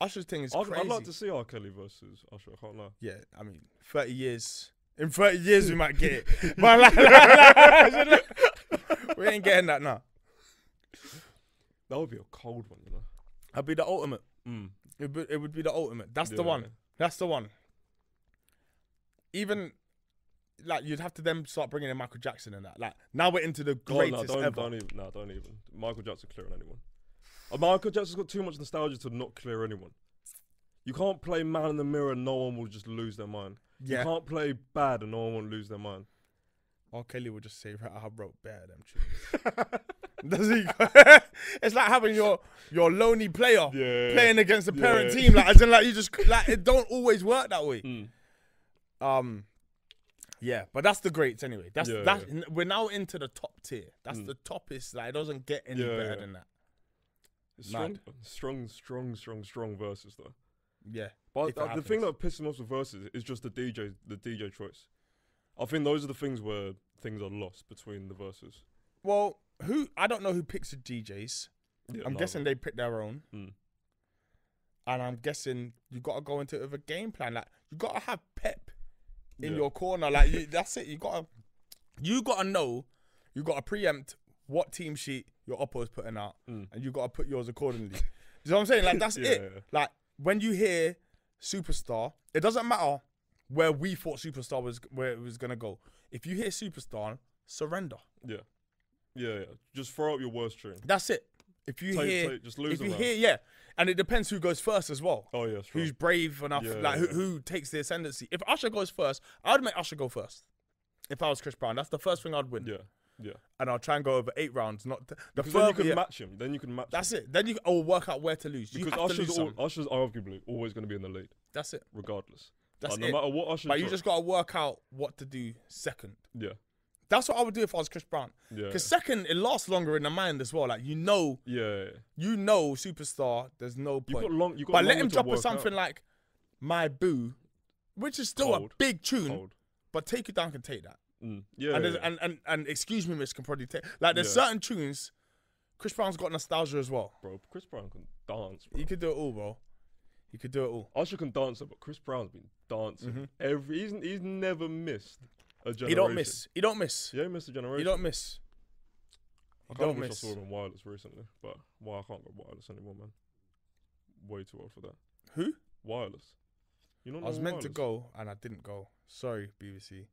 [SPEAKER 1] Usher's thing is
[SPEAKER 2] I'd,
[SPEAKER 1] crazy.
[SPEAKER 2] I'd like to see R. Kelly versus Usher. I can't lie.
[SPEAKER 1] Yeah, I mean, thirty years. In thirty years, we might get it. but like, like, like, we ain't getting that now.
[SPEAKER 2] That would be a cold one, you know.
[SPEAKER 1] I'd be the ultimate.
[SPEAKER 2] Mm.
[SPEAKER 1] It would, it would be the ultimate. That's
[SPEAKER 2] Yeah.
[SPEAKER 1] the one. That's the one. Even like you'd have to then start bringing in Michael Jackson and that. Like now we're into the
[SPEAKER 2] God,
[SPEAKER 1] greatest
[SPEAKER 2] no, don't,
[SPEAKER 1] ever.
[SPEAKER 2] don't even. No, don't even. Michael Jackson clearing anyone. Uh, Michael Jackson's got too much nostalgia to not clear anyone. You can't play man in the mirror and no one will just lose their mind. You
[SPEAKER 1] Yeah.
[SPEAKER 2] can't play bad and no one will lose their mind.
[SPEAKER 1] R. Kelly would just say, right, I wrote bad them tunes. Does he? it's like having your your lonely player
[SPEAKER 2] Yeah.
[SPEAKER 1] playing against the parent
[SPEAKER 2] Yeah.
[SPEAKER 1] team. Like, as in, like you just like it don't always work that way.
[SPEAKER 2] Mm.
[SPEAKER 1] Um, yeah, but that's the greats anyway. That's
[SPEAKER 2] Yeah, Mm.
[SPEAKER 1] that's n- we're now into the top tier. That's the toppest. Like it doesn't get any
[SPEAKER 2] Yeah,
[SPEAKER 1] better
[SPEAKER 2] yeah.
[SPEAKER 1] than that.
[SPEAKER 2] Strong,
[SPEAKER 1] Mad.
[SPEAKER 2] strong, strong, strong, strong verses though.
[SPEAKER 1] Yeah,
[SPEAKER 2] But
[SPEAKER 1] if it
[SPEAKER 2] uh, the thing
[SPEAKER 1] happens.
[SPEAKER 2] that pisses me off with verses is just the DJ, the DJ choice. I think those are the things where things are lost between the verses.
[SPEAKER 1] well, who I don't know who picks the DJs. I'm
[SPEAKER 2] Neither.
[SPEAKER 1] guessing they pick their own,
[SPEAKER 2] Mm.
[SPEAKER 1] and I'm guessing you got to go into it with a game plan. Like you got to have pep in
[SPEAKER 2] Yeah.
[SPEAKER 1] your corner. Like you, that's it. You got to you got to know. You got to preempt what team sheet your oppo's putting out,
[SPEAKER 2] Mm.
[SPEAKER 1] and you got to put yours accordingly. Do you know what I'm saying? Like that's
[SPEAKER 2] Yeah,
[SPEAKER 1] it.
[SPEAKER 2] yeah.
[SPEAKER 1] Like when you hear superstar, it doesn't matter where we thought superstar was where it was gonna go. If you hear superstar, surrender.
[SPEAKER 2] Yeah, yeah, yeah. Just throw out your worst tune.
[SPEAKER 1] That's it. If you
[SPEAKER 2] Take-
[SPEAKER 1] hear,
[SPEAKER 2] take- just lose
[SPEAKER 1] if
[SPEAKER 2] a
[SPEAKER 1] you
[SPEAKER 2] round.
[SPEAKER 1] hear, yeah, and it depends who goes first as well.
[SPEAKER 2] Oh yeah, sure.
[SPEAKER 1] Who's brave enough?
[SPEAKER 2] Yeah,
[SPEAKER 1] like who,
[SPEAKER 2] yeah.
[SPEAKER 1] who takes the ascendancy? If Usher goes first, I'd make Usher go first. If I was Chris Brown, that's the first thing I'd win,
[SPEAKER 2] yeah, yeah.
[SPEAKER 1] and I'll try and go over eight rounds. Not th- the
[SPEAKER 2] Because then you
[SPEAKER 1] further.
[SPEAKER 2] can
[SPEAKER 1] yeah,
[SPEAKER 2] match him. Then you can match.
[SPEAKER 1] that's it. Then you will work out where to lose.
[SPEAKER 2] him.
[SPEAKER 1] you
[SPEAKER 2] because
[SPEAKER 1] have to
[SPEAKER 2] Usher's,
[SPEAKER 1] lose
[SPEAKER 2] al-
[SPEAKER 1] something.
[SPEAKER 2] Usher's arguably always going to be in the lead,
[SPEAKER 1] That's it.
[SPEAKER 2] regardless.
[SPEAKER 1] That's
[SPEAKER 2] Like, no
[SPEAKER 1] it.
[SPEAKER 2] matter what Usher.
[SPEAKER 1] But you
[SPEAKER 2] dro-
[SPEAKER 1] just gotta work out what to do second.
[SPEAKER 2] yeah,
[SPEAKER 1] That's what I would do if I was Chris Brown.
[SPEAKER 2] yeah,
[SPEAKER 1] Because second, it lasts longer in the mind as well. Like you know,
[SPEAKER 2] yeah. yeah, yeah.
[SPEAKER 1] you know, superstar. There's no
[SPEAKER 2] You've
[SPEAKER 1] point.
[SPEAKER 2] got long. You got.
[SPEAKER 1] but let
[SPEAKER 2] longer
[SPEAKER 1] him
[SPEAKER 2] to
[SPEAKER 1] drop
[SPEAKER 2] work
[SPEAKER 1] with something
[SPEAKER 2] out.
[SPEAKER 1] like "My Boo," which is still a
[SPEAKER 2] Cold.
[SPEAKER 1] big tune.
[SPEAKER 2] Cold.
[SPEAKER 1] But "Take You Down" can take that.
[SPEAKER 2] Mm. Yeah,
[SPEAKER 1] And,
[SPEAKER 2] yeah,
[SPEAKER 1] there's,
[SPEAKER 2] yeah.
[SPEAKER 1] and and and "Excuse Me, Miss" can probably take. Like there's
[SPEAKER 2] Yeah.
[SPEAKER 1] certain tunes. Chris Brown's got nostalgia as well.
[SPEAKER 2] bro. Chris Brown can dance. Bro.
[SPEAKER 1] He could do it all, bro. He could do it all.
[SPEAKER 2] Usher can dance, but Chris Brown's been dancing every. He's, he's never missed a generation.
[SPEAKER 1] Mm-hmm. He don't miss. He don't miss.
[SPEAKER 2] He ain't missed a generation.
[SPEAKER 1] He don't miss. He
[SPEAKER 2] I kind
[SPEAKER 1] don't
[SPEAKER 2] of wish I
[SPEAKER 1] miss.
[SPEAKER 2] saw him on wireless recently, but why I can't go wireless anymore, man. Way too old for that.
[SPEAKER 1] Who?
[SPEAKER 2] Wireless. You know.
[SPEAKER 1] I was meant to go and I didn't go. Sorry, BBC.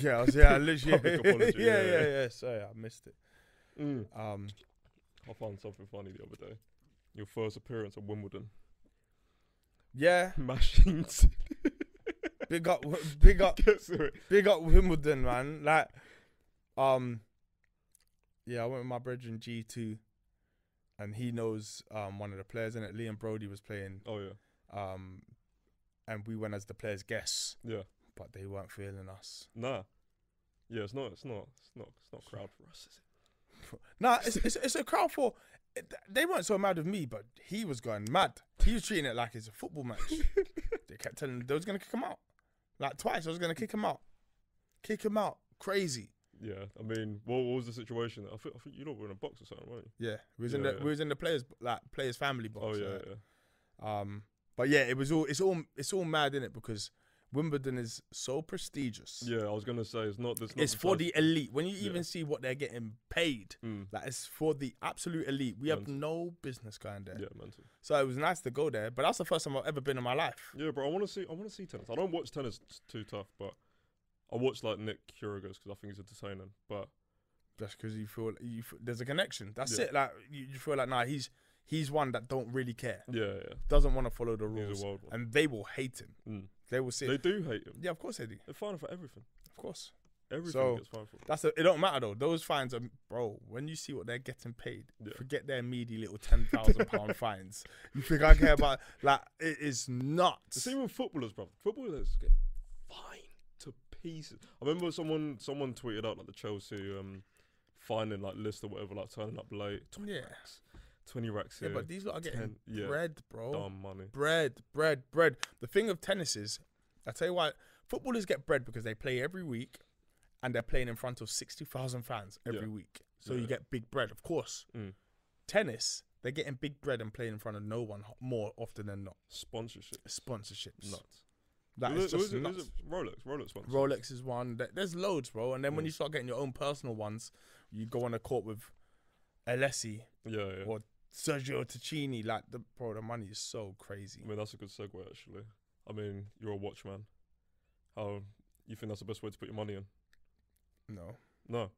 [SPEAKER 1] yeah, I was, yeah, I literally,
[SPEAKER 2] Public
[SPEAKER 1] yeah,
[SPEAKER 2] apology,
[SPEAKER 1] yeah,
[SPEAKER 2] yeah.
[SPEAKER 1] yeah, Sorry, I missed it.
[SPEAKER 2] Mm.
[SPEAKER 1] Um,
[SPEAKER 2] I found something funny the other day. Your first appearance at Wimbledon,
[SPEAKER 1] yeah,
[SPEAKER 2] mashing. t-
[SPEAKER 1] big up, big up,
[SPEAKER 2] Get through it.
[SPEAKER 1] big up Wimbledon, man. Like, um, yeah, I went with my brethren G two, and he knows um one of the players in it. Liam Brody was playing,
[SPEAKER 2] Oh yeah,
[SPEAKER 1] um, and we went as the players' guests,
[SPEAKER 2] yeah.
[SPEAKER 1] but they weren't feeling us.
[SPEAKER 2] Nah. Yeah, it's not. It's not. It's not. It's not crowd for us, is
[SPEAKER 1] Nah, it's, it's it's a crowd for. They weren't so mad with me, but he was going mad. He was treating it like it's a football match. they kept telling him they was gonna kick him out, like twice. I was gonna kick him out, kick him out, crazy.
[SPEAKER 2] it? Yeah. I mean, what, what was the situation? I think, I think you lot were in a box or something, weren't you?
[SPEAKER 1] Yeah, we was in
[SPEAKER 2] Yeah,
[SPEAKER 1] the
[SPEAKER 2] yeah.
[SPEAKER 1] we was in the players like players family box.
[SPEAKER 2] Oh yeah,
[SPEAKER 1] like.
[SPEAKER 2] yeah.
[SPEAKER 1] Um, but yeah, it was all it's all it's all mad in it because Wimbledon is so prestigious.
[SPEAKER 2] Yeah, I was gonna say it's not this.
[SPEAKER 1] It's for the elite. When you
[SPEAKER 2] Yeah.
[SPEAKER 1] even see what they're getting paid,
[SPEAKER 2] Mm.
[SPEAKER 1] like it's for the absolute elite. We have
[SPEAKER 2] Mental.
[SPEAKER 1] no business going there.
[SPEAKER 2] Yeah, mental.
[SPEAKER 1] So it was nice to go there, but that's the first time I've ever been in my life.
[SPEAKER 2] Yeah, bro. I want to see. I want to see tennis. I don't watch tennis it's too tough, but I watch like Nick Kyrgios because I think he's entertaining. But
[SPEAKER 1] Just because you feel you f- there's a connection. That's
[SPEAKER 2] Yeah.
[SPEAKER 1] it. Like you, you feel like nah, he's he's one that don't really care,
[SPEAKER 2] yeah, yeah,
[SPEAKER 1] doesn't want to follow the
[SPEAKER 2] he's
[SPEAKER 1] rules,
[SPEAKER 2] a wild one.
[SPEAKER 1] and they will hate him.
[SPEAKER 2] Mm.
[SPEAKER 1] They will say,
[SPEAKER 2] They do hate him.
[SPEAKER 1] yeah, of course they do,
[SPEAKER 2] They're fine for everything.
[SPEAKER 1] of course.
[SPEAKER 2] Everything
[SPEAKER 1] So-
[SPEAKER 2] gets fine for.
[SPEAKER 1] That's a, it. Don't matter though. Those fines are, bro. When you see what they're getting paid,
[SPEAKER 2] Yeah.
[SPEAKER 1] forget their meaty little ten thousand pound fines. You think I care about? Like it is
[SPEAKER 2] The
[SPEAKER 1] nuts.
[SPEAKER 2] same with footballers, bro. Footballers get fine to pieces. I remember someone someone tweeted out like the Chelsea um finding like list or whatever, like turning up late. Twenty
[SPEAKER 1] Yeah.
[SPEAKER 2] racks. Twenty racks
[SPEAKER 1] Yeah,
[SPEAKER 2] here.
[SPEAKER 1] but these lot are getting
[SPEAKER 2] 10, yeah.
[SPEAKER 1] bread, bro.
[SPEAKER 2] dumb money.
[SPEAKER 1] bread, bread, bread. The thing of tennis is, I tell you why footballers get bread because they play every week, and they're playing in front of sixty thousand fans every
[SPEAKER 2] Yeah.
[SPEAKER 1] week. So
[SPEAKER 2] Yeah.
[SPEAKER 1] you get big bread, of course.
[SPEAKER 2] Mm.
[SPEAKER 1] Tennis, they're getting big bread and playing in front of no one h- more often than not.
[SPEAKER 2] Sponsorship.
[SPEAKER 1] Sponsorships,
[SPEAKER 2] Nuts.
[SPEAKER 1] that
[SPEAKER 2] Who-
[SPEAKER 1] is
[SPEAKER 2] who
[SPEAKER 1] just
[SPEAKER 2] is it- who is
[SPEAKER 1] nuts.
[SPEAKER 2] it? Rolex. Rolex sponsorship.
[SPEAKER 1] Rolex is one. There- There's loads, bro. And then when
[SPEAKER 2] Mm.
[SPEAKER 1] you start getting your own personal ones, you go on a court with Alessi,
[SPEAKER 2] Yeah, yeah.
[SPEAKER 1] Or- Sergio Ticini. Like the bro, the money is so crazy.
[SPEAKER 2] I mean, that's a good segue, actually. I mean, you're a watchman. How you think that's the best way to put your money in?
[SPEAKER 1] No,
[SPEAKER 2] No,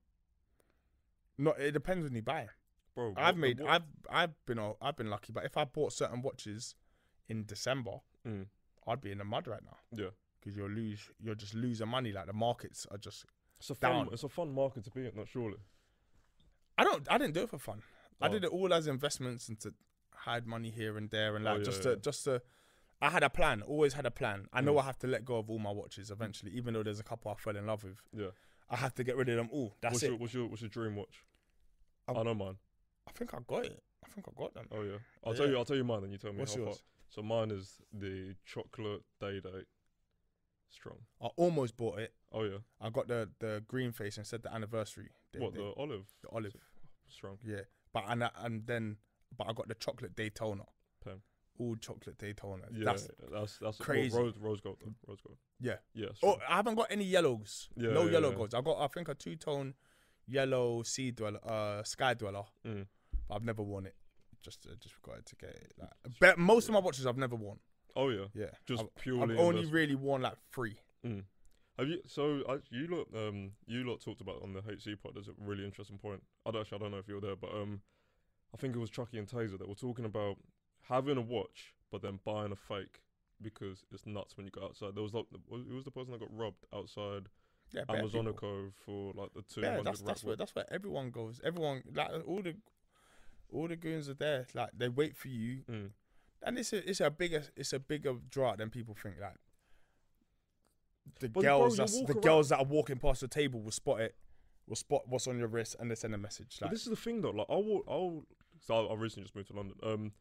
[SPEAKER 1] no, it depends when you buy.
[SPEAKER 2] bro.
[SPEAKER 1] I've oh,
[SPEAKER 2] what-
[SPEAKER 1] made
[SPEAKER 2] what-
[SPEAKER 1] I've I've been all, I've been lucky, but if I bought certain watches, in December,
[SPEAKER 2] Mm.
[SPEAKER 1] I'd be in the mud right now
[SPEAKER 2] Yeah.
[SPEAKER 1] because you'll lose. You're just losing money. Like the markets are just.
[SPEAKER 2] It's a fun.
[SPEAKER 1] Down.
[SPEAKER 2] It's a fun market to be in, not surely.
[SPEAKER 1] I don't. I didn't do it for fun. I
[SPEAKER 2] Oh.
[SPEAKER 1] did it all as investments and to hide money here and there and
[SPEAKER 2] Oh,
[SPEAKER 1] like
[SPEAKER 2] yeah,
[SPEAKER 1] just
[SPEAKER 2] yeah.
[SPEAKER 1] to just to. I had a plan. Always had a plan. I know
[SPEAKER 2] Mm.
[SPEAKER 1] I have to let go of all my watches eventually, even though there's a couple I fell in love with.
[SPEAKER 2] Yeah.
[SPEAKER 1] I have to get rid of them all. That's
[SPEAKER 2] what's
[SPEAKER 1] it.
[SPEAKER 2] your what's your what's your dream watch?
[SPEAKER 1] Um,
[SPEAKER 2] I know mine.
[SPEAKER 1] I think I got it. I think I got them.
[SPEAKER 2] Oh yeah. I'll tell
[SPEAKER 1] yeah.
[SPEAKER 2] you. I'll tell you mine. Then you tell me
[SPEAKER 1] What's
[SPEAKER 2] how far.
[SPEAKER 1] yours?
[SPEAKER 2] So mine is the chocolate day date. Strong.
[SPEAKER 1] I almost bought it.
[SPEAKER 2] Oh yeah.
[SPEAKER 1] I got the the green face and said the anniversary. They-
[SPEAKER 2] what
[SPEAKER 1] they-
[SPEAKER 2] the olive?
[SPEAKER 1] the olive?
[SPEAKER 2] Strong.
[SPEAKER 1] Yeah, but and I- and then but I got the chocolate Daytona.
[SPEAKER 2] Pen.
[SPEAKER 1] All chocolate Daytona.
[SPEAKER 2] Yeah.
[SPEAKER 1] That's,
[SPEAKER 2] That's that's, well,
[SPEAKER 1] crazy.
[SPEAKER 2] rose rose gold though. Rose gold.
[SPEAKER 1] Yeah.
[SPEAKER 2] Yeah.
[SPEAKER 1] oh,
[SPEAKER 2] strong.
[SPEAKER 1] I haven't got any yellows.
[SPEAKER 2] Yeah,
[SPEAKER 1] no
[SPEAKER 2] yeah,
[SPEAKER 1] yellow
[SPEAKER 2] yeah.
[SPEAKER 1] golds. I got I think a two tone yellow sea dweller, uh, sky dweller.
[SPEAKER 2] Mm.
[SPEAKER 1] But I've never worn it. Just uh, just got to get it. Like, but most of my watches I've never worn.
[SPEAKER 2] Oh yeah.
[SPEAKER 1] Yeah,
[SPEAKER 2] Just
[SPEAKER 1] I've,
[SPEAKER 2] purely.
[SPEAKER 1] I've only
[SPEAKER 2] investment.
[SPEAKER 1] really worn like three.
[SPEAKER 2] Mm. Have you? So I, you lot, um, you lot talked about on the HC pod. There's a really interesting point. I don't actually, I don't know if you were there, but um, I think it was Chucky and Taser that were talking about having a watch, but then buying a fake because it's nuts when you go outside. There was like, who was the person that got robbed outside
[SPEAKER 1] Yeah, bare people.
[SPEAKER 2] Amazonico for like the two
[SPEAKER 1] Yeah,
[SPEAKER 2] hundred?
[SPEAKER 1] that's that's where that's where everyone goes. Everyone like all the all the goons are there. Like they wait for you,
[SPEAKER 2] Mm.
[SPEAKER 1] and it's a it's a bigger it's a bigger draw than people think. Like the
[SPEAKER 2] But bro,
[SPEAKER 1] girls
[SPEAKER 2] you
[SPEAKER 1] that's,
[SPEAKER 2] walk
[SPEAKER 1] the
[SPEAKER 2] around-
[SPEAKER 1] girls that are walking past the table will spot it, will spot what's on your wrist, and they send a message.
[SPEAKER 2] But
[SPEAKER 1] Like
[SPEAKER 2] this is the thing though. Like I walk, I'll. So I, I recently just moved to London. Um,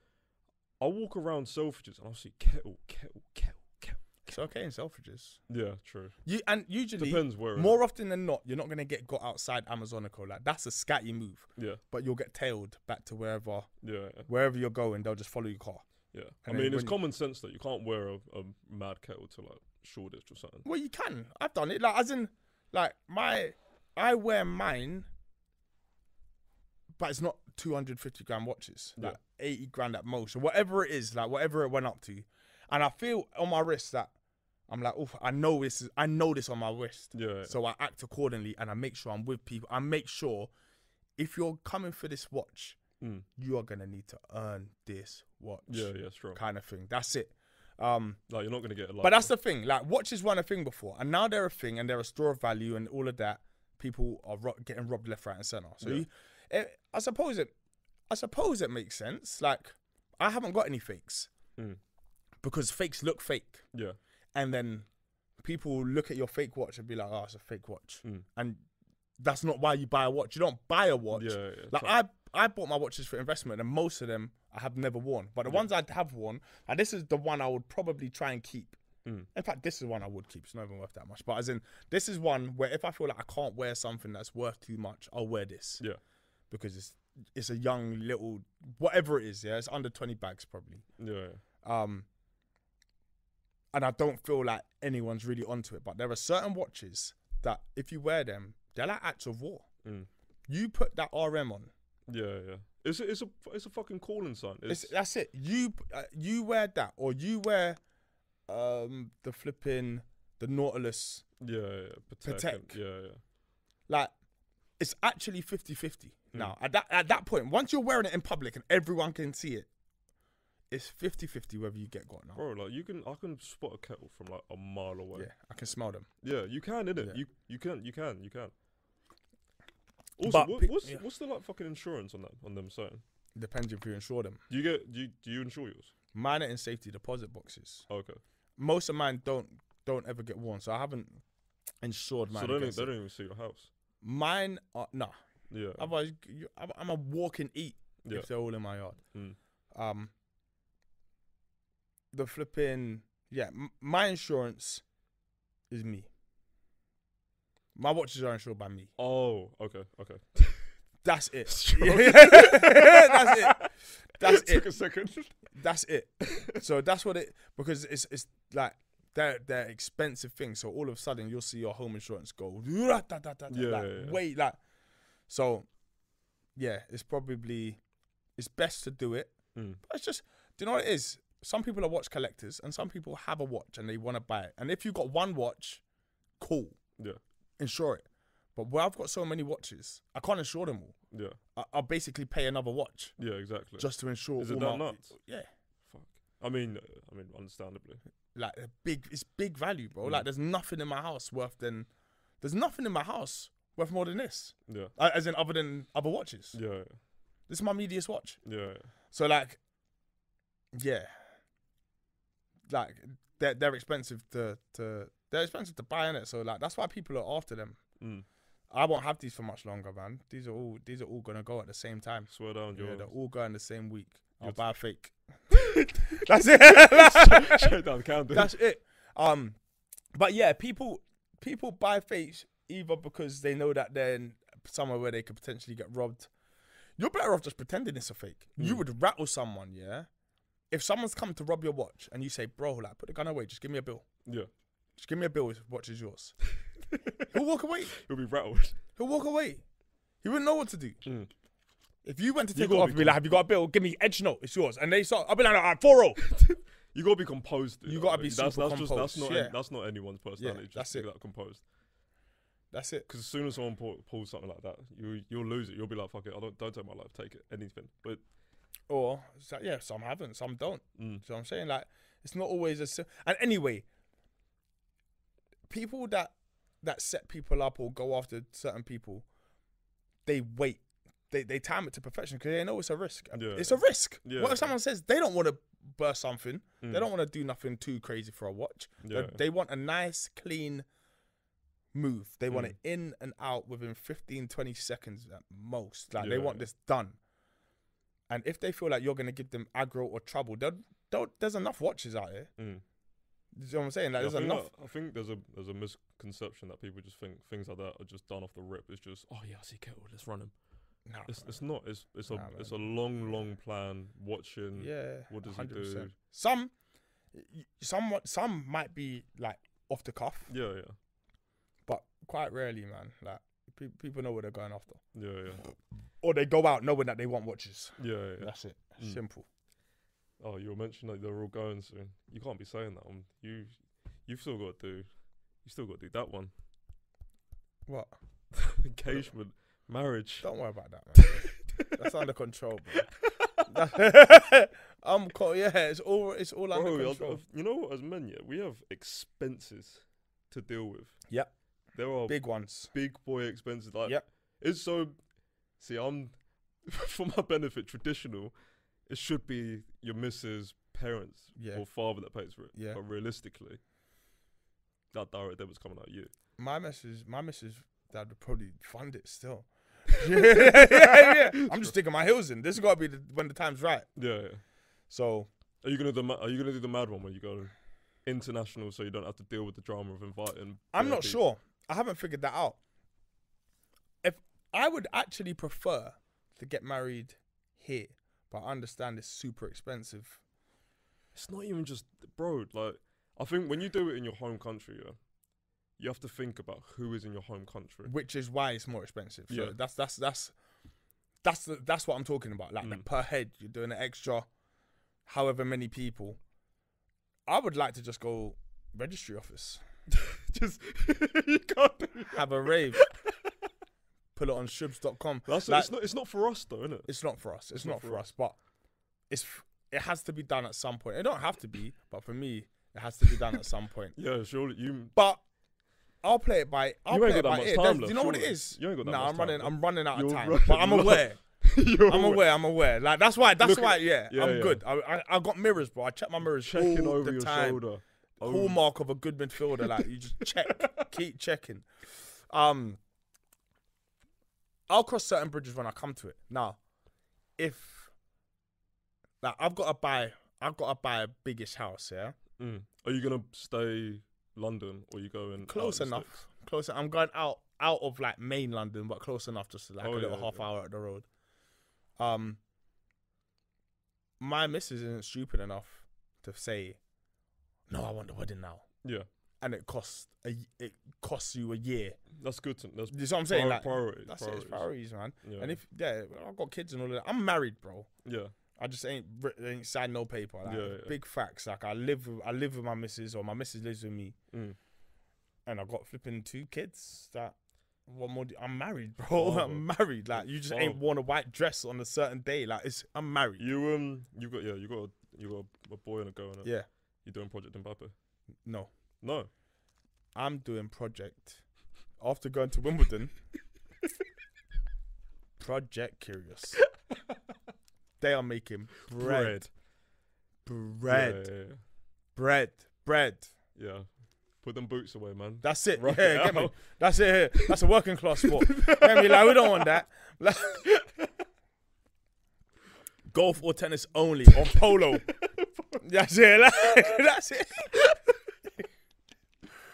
[SPEAKER 2] I walk around Selfridges and I will see kettle, kettle, kettle, kettle.
[SPEAKER 1] it's okay in Selfridges.
[SPEAKER 2] Yeah, true.
[SPEAKER 1] You and usually
[SPEAKER 2] Depends where. innit?
[SPEAKER 1] more often than not, you're not gonna get got outside Amazonico. Like that's a scatty move,
[SPEAKER 2] Yeah,
[SPEAKER 1] but you'll get tailed back to wherever
[SPEAKER 2] yeah. yeah.
[SPEAKER 1] wherever you're going. They'll just follow your car.
[SPEAKER 2] Yeah, I
[SPEAKER 1] And then
[SPEAKER 2] mean it's
[SPEAKER 1] when-
[SPEAKER 2] common sense that you can't wear a, a mad kettle to like Shoreditch or something.
[SPEAKER 1] Well, you can. I've done it. Like as in, like my, I wear mine, but it's not 250 grand watches. Like 80 grand at most, or whatever it is. Like whatever it went up to, and I feel on my wrist that I'm like, oh, I know this. Is, I know this on my wrist.
[SPEAKER 2] Yeah,
[SPEAKER 1] So I act accordingly, and I make sure I'm with people. I make sure if you're coming for this watch,
[SPEAKER 2] Mm.
[SPEAKER 1] you are gonna need to earn this watch.
[SPEAKER 2] yeah, yeah, strong.
[SPEAKER 1] Kind of thing. That's it. Um.
[SPEAKER 2] Like you're not gonna get a.
[SPEAKER 1] But that's the thing. Like watches weren't a thing before, and now they're a thing, and they're a store of value, and all of that. People are ro- getting robbed left, right, and center. So
[SPEAKER 2] Yeah.
[SPEAKER 1] you, it, I suppose it, I suppose it makes sense. Like I haven't got any fakes
[SPEAKER 2] Mm.
[SPEAKER 1] because fakes look fake,
[SPEAKER 2] yeah,
[SPEAKER 1] and then people look at your fake watch and be like, "Oh, it's a fake watch,"
[SPEAKER 2] Mm.
[SPEAKER 1] and that's not why you buy a watch. You don't buy a watch.
[SPEAKER 2] yeah, yeah.
[SPEAKER 1] Like
[SPEAKER 2] so-
[SPEAKER 1] I, I bought my watches for investment, and most of them I have never worn. But the ones I have worn, and this is the one I would probably try and keep.
[SPEAKER 2] Mm.
[SPEAKER 1] In fact, this is one I would keep. It's not even worth that much. But as in, this is one where if I feel like I can't wear something that's worth too much, I'll wear this
[SPEAKER 2] yeah,
[SPEAKER 1] because it's it's a young little whatever it is. Yeah, it's under twenty bags probably.
[SPEAKER 2] yeah, yeah.
[SPEAKER 1] Um, and I don't feel like anyone's really onto it. But there are certain watches that if you wear them, they're like acts of war.
[SPEAKER 2] Mm.
[SPEAKER 1] You put that RM on.
[SPEAKER 2] yeah, yeah. It's a, it's a it's a fucking calling sign. It's,
[SPEAKER 1] It's, that's it. You uh, you wear that, or you wear um the flipping the Nautilus.
[SPEAKER 2] yeah, yeah, yeah. Patek.
[SPEAKER 1] Patek.
[SPEAKER 2] Yeah, yeah.
[SPEAKER 1] Like it's actually 50-50 now. At that at that point, once you're wearing it in public and everyone can see it, it's 50-50 whether you get got now.
[SPEAKER 2] Bro, like you can, I can spot a kettle from like a mile away.
[SPEAKER 1] Yeah, I can smell them.
[SPEAKER 2] Yeah, you can, innit?
[SPEAKER 1] Yeah.
[SPEAKER 2] You you can, you can, you can. Also,
[SPEAKER 1] But
[SPEAKER 2] what,
[SPEAKER 1] pe-
[SPEAKER 2] what's
[SPEAKER 1] yeah.
[SPEAKER 2] what's the like fucking insurance on that on them saying?
[SPEAKER 1] Depends if you insure them.
[SPEAKER 2] Do you get do you, do you insure yours?
[SPEAKER 1] Mine are in safety deposit boxes.
[SPEAKER 2] Okay,
[SPEAKER 1] Most of mine don't don't ever get worn, so I haven't insured mine.
[SPEAKER 2] so they don't,
[SPEAKER 1] against
[SPEAKER 2] they
[SPEAKER 1] it.
[SPEAKER 2] don't even see your house.
[SPEAKER 1] Mine are nah.
[SPEAKER 2] Yeah,
[SPEAKER 1] Otherwise, you, I'm- I'm a walking eat
[SPEAKER 2] yeah.
[SPEAKER 1] if they're all in my yard.
[SPEAKER 2] Mm.
[SPEAKER 1] um the flipping yeah m- my insurance is me my watches are insured by me
[SPEAKER 2] Oh, okay, okay.
[SPEAKER 1] that's it
[SPEAKER 2] Sure.
[SPEAKER 1] Yeah, that's it that's it
[SPEAKER 2] Took a second.
[SPEAKER 1] that's it so that's what it because it's it's like they're, they're expensive things so all of a sudden you'll see your home insurance go yeah,
[SPEAKER 2] Yeah,
[SPEAKER 1] like,
[SPEAKER 2] yeah, yeah.
[SPEAKER 1] wait like so yeah it's probably it's best to do it
[SPEAKER 2] Mm.
[SPEAKER 1] But It's just, do you know what it is? Some people are watch collectors, and some people have a watch and they want to buy it. And if you've got one watch, cool,
[SPEAKER 2] Yeah,
[SPEAKER 1] insure it. But where I've got so many watches, I can't insure them all.
[SPEAKER 2] yeah,
[SPEAKER 1] I- I'll basically pay another watch
[SPEAKER 2] yeah, exactly.
[SPEAKER 1] just to insure
[SPEAKER 2] Is
[SPEAKER 1] all
[SPEAKER 2] it
[SPEAKER 1] my
[SPEAKER 2] that nuts?
[SPEAKER 1] yeah.
[SPEAKER 2] Fuck. I mean, uh, I mean, understandably.
[SPEAKER 1] Like a big, it's big value, bro.
[SPEAKER 2] Mm.
[SPEAKER 1] Like there's nothing in my house worth than, there's nothing in my house worth more than this.
[SPEAKER 2] Yeah,
[SPEAKER 1] Uh, As in other than other watches.
[SPEAKER 2] yeah,
[SPEAKER 1] This is my media's watch.
[SPEAKER 2] yeah.
[SPEAKER 1] So like, yeah, like they're they're expensive to to they're expensive to buy in it. So like that's why people are after them.
[SPEAKER 2] Mm.
[SPEAKER 1] I won't have these for much longer, man. These are all these are all gonna go at the same time.
[SPEAKER 2] Swear down,
[SPEAKER 1] Yeah,
[SPEAKER 2] you're
[SPEAKER 1] they're all going the same week. I'll
[SPEAKER 2] You're-
[SPEAKER 1] buy a fake. that's it.
[SPEAKER 2] straight down the counter.
[SPEAKER 1] that's it. Um, but yeah, people people buy fakes either because they know that they're in somewhere where they could potentially get robbed. You're better off just pretending it's a fake. You
[SPEAKER 2] Mm.
[SPEAKER 1] would rattle someone, yeah. If someone's come to rob your watch and you say, "Bro, like, put the gun away. Just give me a bill.
[SPEAKER 2] yeah,
[SPEAKER 1] Just give me a bill. This watch is yours." He'll walk away.
[SPEAKER 2] you'll be rattled.
[SPEAKER 1] He'll walk away. He wouldn't know what to do.
[SPEAKER 2] Mm.
[SPEAKER 1] If you went to
[SPEAKER 2] You
[SPEAKER 1] take it
[SPEAKER 2] gotta
[SPEAKER 1] off
[SPEAKER 2] be
[SPEAKER 1] and be like, "Have you got a bill? Give me edge note. It's yours." And they start, I'll be like, "All right, four oh." zero."
[SPEAKER 2] You gotta be composed. Dude.
[SPEAKER 1] You gotta be
[SPEAKER 2] that's,
[SPEAKER 1] super
[SPEAKER 2] that's just that's
[SPEAKER 1] composed,
[SPEAKER 2] not
[SPEAKER 1] yeah.
[SPEAKER 2] that's not anyone's personality. just
[SPEAKER 1] that's
[SPEAKER 2] to be
[SPEAKER 1] it.
[SPEAKER 2] That composed.
[SPEAKER 1] That's it.
[SPEAKER 2] Because as soon as someone pull, pulls something like that, you you'll lose it. You'll be like, fuck it, I don't don't take my life, take it, anything. But
[SPEAKER 1] Or it's like, yeah, some haven't, some don't.
[SPEAKER 2] mm,
[SPEAKER 1] So I'm saying like it's not always a si- and anyway, people that that set people up or go after certain people, they wait, they they time it to perfection because they know it's a risk.
[SPEAKER 2] Yeah.
[SPEAKER 1] It's a risk.
[SPEAKER 2] Yeah.
[SPEAKER 1] What if someone says they don't want to burst something,
[SPEAKER 2] mm,
[SPEAKER 1] they don't want to do nothing too crazy for a watch. They-
[SPEAKER 2] Yeah.
[SPEAKER 1] They want a nice clean move. They want
[SPEAKER 2] Mm.
[SPEAKER 1] it in and out within 15 20 seconds at most. Like they
[SPEAKER 2] Yeah.
[SPEAKER 1] want this done. And if they feel like you're going to give them aggro or trouble, they'll- they'll- there's enough watches out here.
[SPEAKER 2] mm.
[SPEAKER 1] Do you know what I'm saying? Like,
[SPEAKER 2] Yeah, I
[SPEAKER 1] there's
[SPEAKER 2] think
[SPEAKER 1] enough.
[SPEAKER 2] that- I think there's a there's a misconception that people just think things like that are just done off the rip. It's just oh yeah, I see Kettle, let's run him.
[SPEAKER 1] Nah,
[SPEAKER 2] It's it's not. It's it's a
[SPEAKER 1] Nah,
[SPEAKER 2] it's a long long plan. Watching.
[SPEAKER 1] yeah.
[SPEAKER 2] what does he
[SPEAKER 1] 100%.
[SPEAKER 2] do?
[SPEAKER 1] Some, y- some, some might be like off the cuff,
[SPEAKER 2] Yeah, yeah,
[SPEAKER 1] but quite rarely, man. Like pe- people know what they're going after,
[SPEAKER 2] yeah, yeah,
[SPEAKER 1] or they go out knowing that they want watches.
[SPEAKER 2] yeah. yeah, yeah.
[SPEAKER 1] That's it.
[SPEAKER 2] Mm.
[SPEAKER 1] Simple.
[SPEAKER 2] Oh, you were mentioning that they're all going soon. You can't be saying that. Um, you, you've still got to do, you still got to do that one.
[SPEAKER 1] What?
[SPEAKER 2] Engagement, marriage.
[SPEAKER 1] Don't worry about that, man. That's under control, bro. That- I'm co- yeah, it's all it's all under
[SPEAKER 2] Bro, I-
[SPEAKER 1] control.
[SPEAKER 2] I've- you know what? As men, yeah, we have expenses to deal with.
[SPEAKER 1] Yep.
[SPEAKER 2] There are big,
[SPEAKER 1] Big ones.
[SPEAKER 2] boy expenses. Like,
[SPEAKER 1] Yep.
[SPEAKER 2] It's so. See, I'm for my benefit. Traditional, it should be your missus, parents,
[SPEAKER 1] Yeah.
[SPEAKER 2] or father that pays for it.
[SPEAKER 1] Yeah.
[SPEAKER 2] But realistically, that direct debit's coming out of you.
[SPEAKER 1] My missus, my missus, dad would probably fund it still. yeah, yeah, yeah. I'm just taking my heels in. This has got to be the, when the time's right.
[SPEAKER 2] Yeah. yeah.
[SPEAKER 1] So
[SPEAKER 2] Are you gonna do? ma- Are you gonna do the mad one where you go international so you don't have to deal with the drama of inviting?
[SPEAKER 1] I'm
[SPEAKER 2] bare
[SPEAKER 1] not
[SPEAKER 2] people?
[SPEAKER 1] sure. I haven't figured that out. If I would actually prefer to get married here, but I understand it's super expensive.
[SPEAKER 2] It's not even just bro. Like I think when you do it in your home country, yeah, you have to think about who is in your home country.
[SPEAKER 1] which is why it's more expensive. So
[SPEAKER 2] Yeah.
[SPEAKER 1] that's that's that's that's the, that's what I'm talking about. Like the
[SPEAKER 2] Mm.
[SPEAKER 1] per head, you're doing an extra, however many people. I would like to just go registry office,
[SPEAKER 2] just you can't. Do
[SPEAKER 1] have a rave, put it on shubs.com.
[SPEAKER 2] That's
[SPEAKER 1] Like-
[SPEAKER 2] it's not. It's not for us though, isn't it?
[SPEAKER 1] It's not for us. It's, not, for us. but it's f- it has to be done at some point. It don't have to be, but for me, it has to be done at some point.
[SPEAKER 2] Yeah, surely you.
[SPEAKER 1] But I'll play it by. I'll
[SPEAKER 2] You
[SPEAKER 1] play
[SPEAKER 2] ain't got
[SPEAKER 1] it
[SPEAKER 2] that
[SPEAKER 1] by
[SPEAKER 2] much
[SPEAKER 1] ear.
[SPEAKER 2] time
[SPEAKER 1] There's-
[SPEAKER 2] left,
[SPEAKER 1] you know what it
[SPEAKER 2] surely.
[SPEAKER 1] is?
[SPEAKER 2] You ain't got that
[SPEAKER 1] Nah,
[SPEAKER 2] much
[SPEAKER 1] I'm
[SPEAKER 2] time
[SPEAKER 1] running.
[SPEAKER 2] left.
[SPEAKER 1] I'm running out of
[SPEAKER 2] You're
[SPEAKER 1] time.
[SPEAKER 2] running
[SPEAKER 1] But I'm
[SPEAKER 2] low.
[SPEAKER 1] aware.
[SPEAKER 2] You're
[SPEAKER 1] I'm aware. I'm aware. Like that's why. That's
[SPEAKER 2] Look at-
[SPEAKER 1] why. Yeah,
[SPEAKER 2] yeah,
[SPEAKER 1] I'm
[SPEAKER 2] yeah.
[SPEAKER 1] good. I, I I got mirrors, bro. I check my mirrors
[SPEAKER 2] Checking
[SPEAKER 1] all
[SPEAKER 2] over
[SPEAKER 1] the
[SPEAKER 2] your
[SPEAKER 1] time.
[SPEAKER 2] shoulder. Oh,
[SPEAKER 1] Hallmark of a good midfielder. Like you just check, keep checking. Um, I'll cross certain bridges when I come to it. Now, if like I've got to buy, I've got to buy a biggish house. Yeah,
[SPEAKER 2] mm. Are you gonna stay London or you going out in
[SPEAKER 1] close
[SPEAKER 2] the
[SPEAKER 1] enough.
[SPEAKER 2] States?
[SPEAKER 1] Close. I'm going out out of like main London, but close enough, just like
[SPEAKER 2] Oh,
[SPEAKER 1] a little
[SPEAKER 2] yeah,
[SPEAKER 1] half
[SPEAKER 2] yeah.
[SPEAKER 1] hour at the road. Um, my missus isn't stupid enough to say, "No, I want the wedding now,"
[SPEAKER 2] Yeah,
[SPEAKER 1] and it costs a y- it costs you a year.
[SPEAKER 2] that's good. To, that's
[SPEAKER 1] You know what I'm saying?
[SPEAKER 2] priori-
[SPEAKER 1] Like,
[SPEAKER 2] priorities.
[SPEAKER 1] that's it, it's
[SPEAKER 2] priorities.
[SPEAKER 1] priorities, man.
[SPEAKER 2] Yeah.
[SPEAKER 1] And if yeah, I've got kids and all of that. I'm married, bro.
[SPEAKER 2] yeah,
[SPEAKER 1] I just ain't writ- ain't signed no paper. Like,
[SPEAKER 2] Yeah, yeah.
[SPEAKER 1] Big facts. Like I live with, I live with my missus or my missus lives with me,
[SPEAKER 2] Mm.
[SPEAKER 1] and I got flipping two kids. That what more? Do, I'm married, bro.
[SPEAKER 2] Wow,
[SPEAKER 1] I'm married. Like you just ain't
[SPEAKER 2] Wow.
[SPEAKER 1] worn a white dress on a certain day. Like it's I'm married.
[SPEAKER 2] You um, you got yeah, you got a You were a boy and a girl, innit?
[SPEAKER 1] Yeah.
[SPEAKER 2] You're doing Project Mbappe.
[SPEAKER 1] No,
[SPEAKER 2] No.
[SPEAKER 1] I'm doing project after going to Wimbledon. project Curious. they are making bread, bread, bread,
[SPEAKER 2] Yeah, yeah, yeah.
[SPEAKER 1] bread.
[SPEAKER 2] Yeah. Put them boots away, man.
[SPEAKER 1] That's it.
[SPEAKER 2] Rock
[SPEAKER 1] yeah,
[SPEAKER 2] it
[SPEAKER 1] get me.
[SPEAKER 2] out.
[SPEAKER 1] That's it. yeah. That's a working class sport. Get me, like we don't want that. Like- Golf or tennis only, or polo. that's it. like, that's it.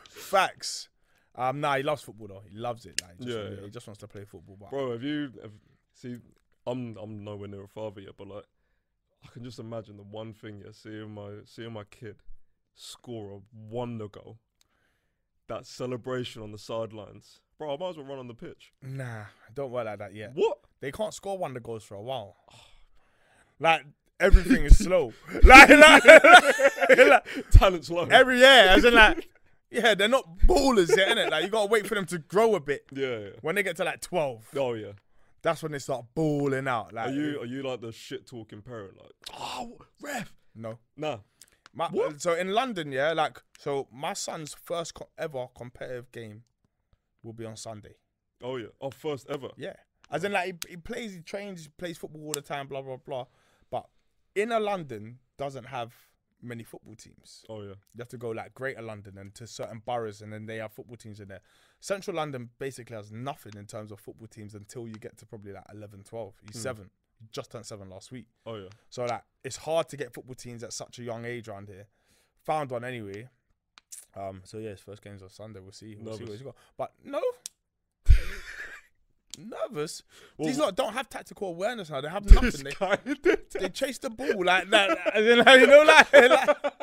[SPEAKER 1] Facts. Um, nah, he loves football though. He loves it. Like, he just,
[SPEAKER 2] Yeah,
[SPEAKER 1] yeah,
[SPEAKER 2] yeah.
[SPEAKER 1] he just wants to play football. But
[SPEAKER 2] Bro, have you have, see? I'm I'm nowhere near a father yet, but like, I can just imagine the one thing yeah, seeing my seeing my kid score a wonder goal. That celebration on the sidelines, bro. I might as well run on the pitch.
[SPEAKER 1] nah, don't work like that yet.
[SPEAKER 2] What?
[SPEAKER 1] They can't score one that goes for a while. Like everything is slow. like, like, like
[SPEAKER 2] Talent's low.
[SPEAKER 1] every year, as in like, yeah, they're not ballers yet, innit? Like you gotta wait for them to grow a bit.
[SPEAKER 2] yeah, yeah.
[SPEAKER 1] When they get to like twelve,
[SPEAKER 2] Oh yeah.
[SPEAKER 1] that's when they start balling out. Like
[SPEAKER 2] Are you are you like the shit talking parent? Like, oh ref.
[SPEAKER 1] no.
[SPEAKER 2] Nah.
[SPEAKER 1] My, uh,
[SPEAKER 2] What?
[SPEAKER 1] So in London, yeah, like so, my son's first co- ever competitive game will be on Sunday.
[SPEAKER 2] Oh yeah. Oh first ever.
[SPEAKER 1] Yeah, as in like he, he plays, he trains, he plays football all the time, blah blah blah. But inner London doesn't have many football teams.
[SPEAKER 2] Oh yeah.
[SPEAKER 1] You have to go like Greater London and to certain boroughs, and then they have football teams in there. Central London basically has nothing in terms of football teams until you get to probably like 11, 12.
[SPEAKER 2] Hmm.
[SPEAKER 1] He's seven. He just turned seven last week.
[SPEAKER 2] Oh yeah.
[SPEAKER 1] So like it's hard to get football teams at such a young age around here. Found one anyway. Um, so yeah, his first game's on Sunday. We'll see. We'll see what
[SPEAKER 2] Nervous.
[SPEAKER 1] he's got. But no. Nervous.
[SPEAKER 2] Well,
[SPEAKER 1] These lot don't have tactical awareness now. They have
[SPEAKER 2] This
[SPEAKER 1] nothing. They,
[SPEAKER 2] guy did
[SPEAKER 1] they chase the ball like that. as in, like, you know, like, like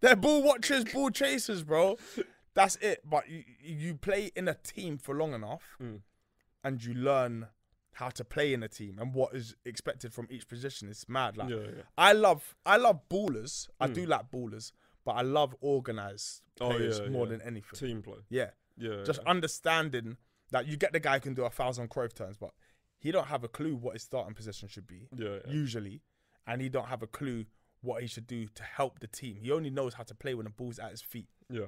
[SPEAKER 1] they're ball watchers, ball chasers, bro. That's it. But you you play in a team for long enough,
[SPEAKER 2] Mm.
[SPEAKER 1] and you learn how to play in a team and what is expected from each position. It's mad. Like
[SPEAKER 2] Yeah, yeah.
[SPEAKER 1] I love I love ballers. I do like ballers, but I love organized
[SPEAKER 2] Oh,
[SPEAKER 1] players
[SPEAKER 2] yeah,
[SPEAKER 1] more
[SPEAKER 2] yeah.
[SPEAKER 1] than anything.
[SPEAKER 2] team play.
[SPEAKER 1] Yeah,
[SPEAKER 2] Yeah.
[SPEAKER 1] just
[SPEAKER 2] yeah.
[SPEAKER 1] understanding that you get the guy who can do a thousand Cruyff turns, but he don't have a clue what his starting position should be
[SPEAKER 2] yeah, yeah.
[SPEAKER 1] usually, and he don't have a clue what he should do to help the team. He only knows how to play when the ball's at his feet.
[SPEAKER 2] Yeah.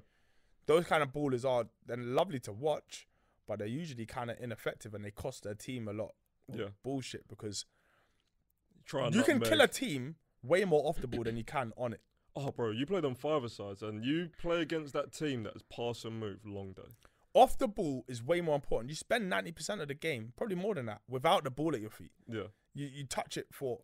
[SPEAKER 1] Those kind of ballers are they're lovely to watch, but they're usually kind of ineffective and they cost their team a lot. of
[SPEAKER 2] Yeah.
[SPEAKER 1] bullshit because
[SPEAKER 2] Try and
[SPEAKER 1] you can
[SPEAKER 2] nutmeg.
[SPEAKER 1] kill a team way more off the ball than you can on it.
[SPEAKER 2] Oh, bro, you played on five sides and you play against that team that is pass and move long day.
[SPEAKER 1] Off the ball is way more important. You spend ninety percent of the game, probably more than that, without the ball at your feet.
[SPEAKER 2] Yeah,
[SPEAKER 1] you, you touch it for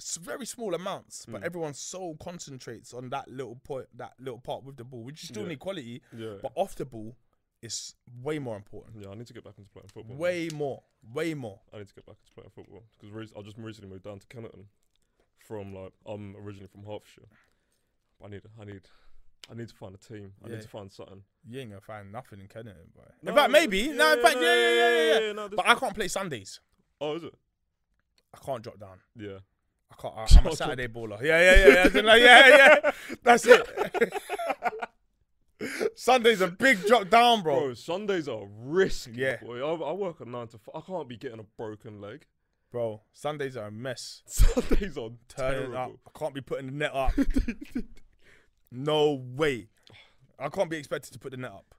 [SPEAKER 1] s- very small amounts,
[SPEAKER 2] Mm.
[SPEAKER 1] but everyone so concentrates on that little point, that little part with the ball, which is still
[SPEAKER 2] Yeah.
[SPEAKER 1] need quality,
[SPEAKER 2] yeah.
[SPEAKER 1] but off the ball is way more important.
[SPEAKER 2] yeah, I need to get back into playing football. man.
[SPEAKER 1] Way more, way more.
[SPEAKER 2] I need to get back into playing football because I just recently moved down to Kennerton from like I'm originally from Hertfordshire. I need, I need, I need to find a team. I
[SPEAKER 1] Yeah.
[SPEAKER 2] need to find something.
[SPEAKER 1] You ain't gonna find nothing in Kenya, boy.
[SPEAKER 2] No,
[SPEAKER 1] in fact,
[SPEAKER 2] yeah,
[SPEAKER 1] maybe. no, in fact, yeah, yeah, yeah, yeah. yeah.
[SPEAKER 2] no, this-
[SPEAKER 1] But I can't play Sundays.
[SPEAKER 2] oh, is it?
[SPEAKER 1] I can't drop down.
[SPEAKER 2] Yeah.
[SPEAKER 1] I can't. I, I'm a
[SPEAKER 2] Drop-
[SPEAKER 1] Saturday baller. Yeah, yeah, yeah. As in, like, yeah, yeah. That's it. Sunday's a big drop down,
[SPEAKER 2] Bro,
[SPEAKER 1] bro.
[SPEAKER 2] Sundays are risky.
[SPEAKER 1] Yeah.
[SPEAKER 2] Boy. I, I work a nine to five. I can't be getting a broken leg.
[SPEAKER 1] Bro, Sundays are a mess.
[SPEAKER 2] Sundays are
[SPEAKER 1] turning up.
[SPEAKER 2] terrible.
[SPEAKER 1] I can't be putting the net up. no way. I can't be expected to put the net up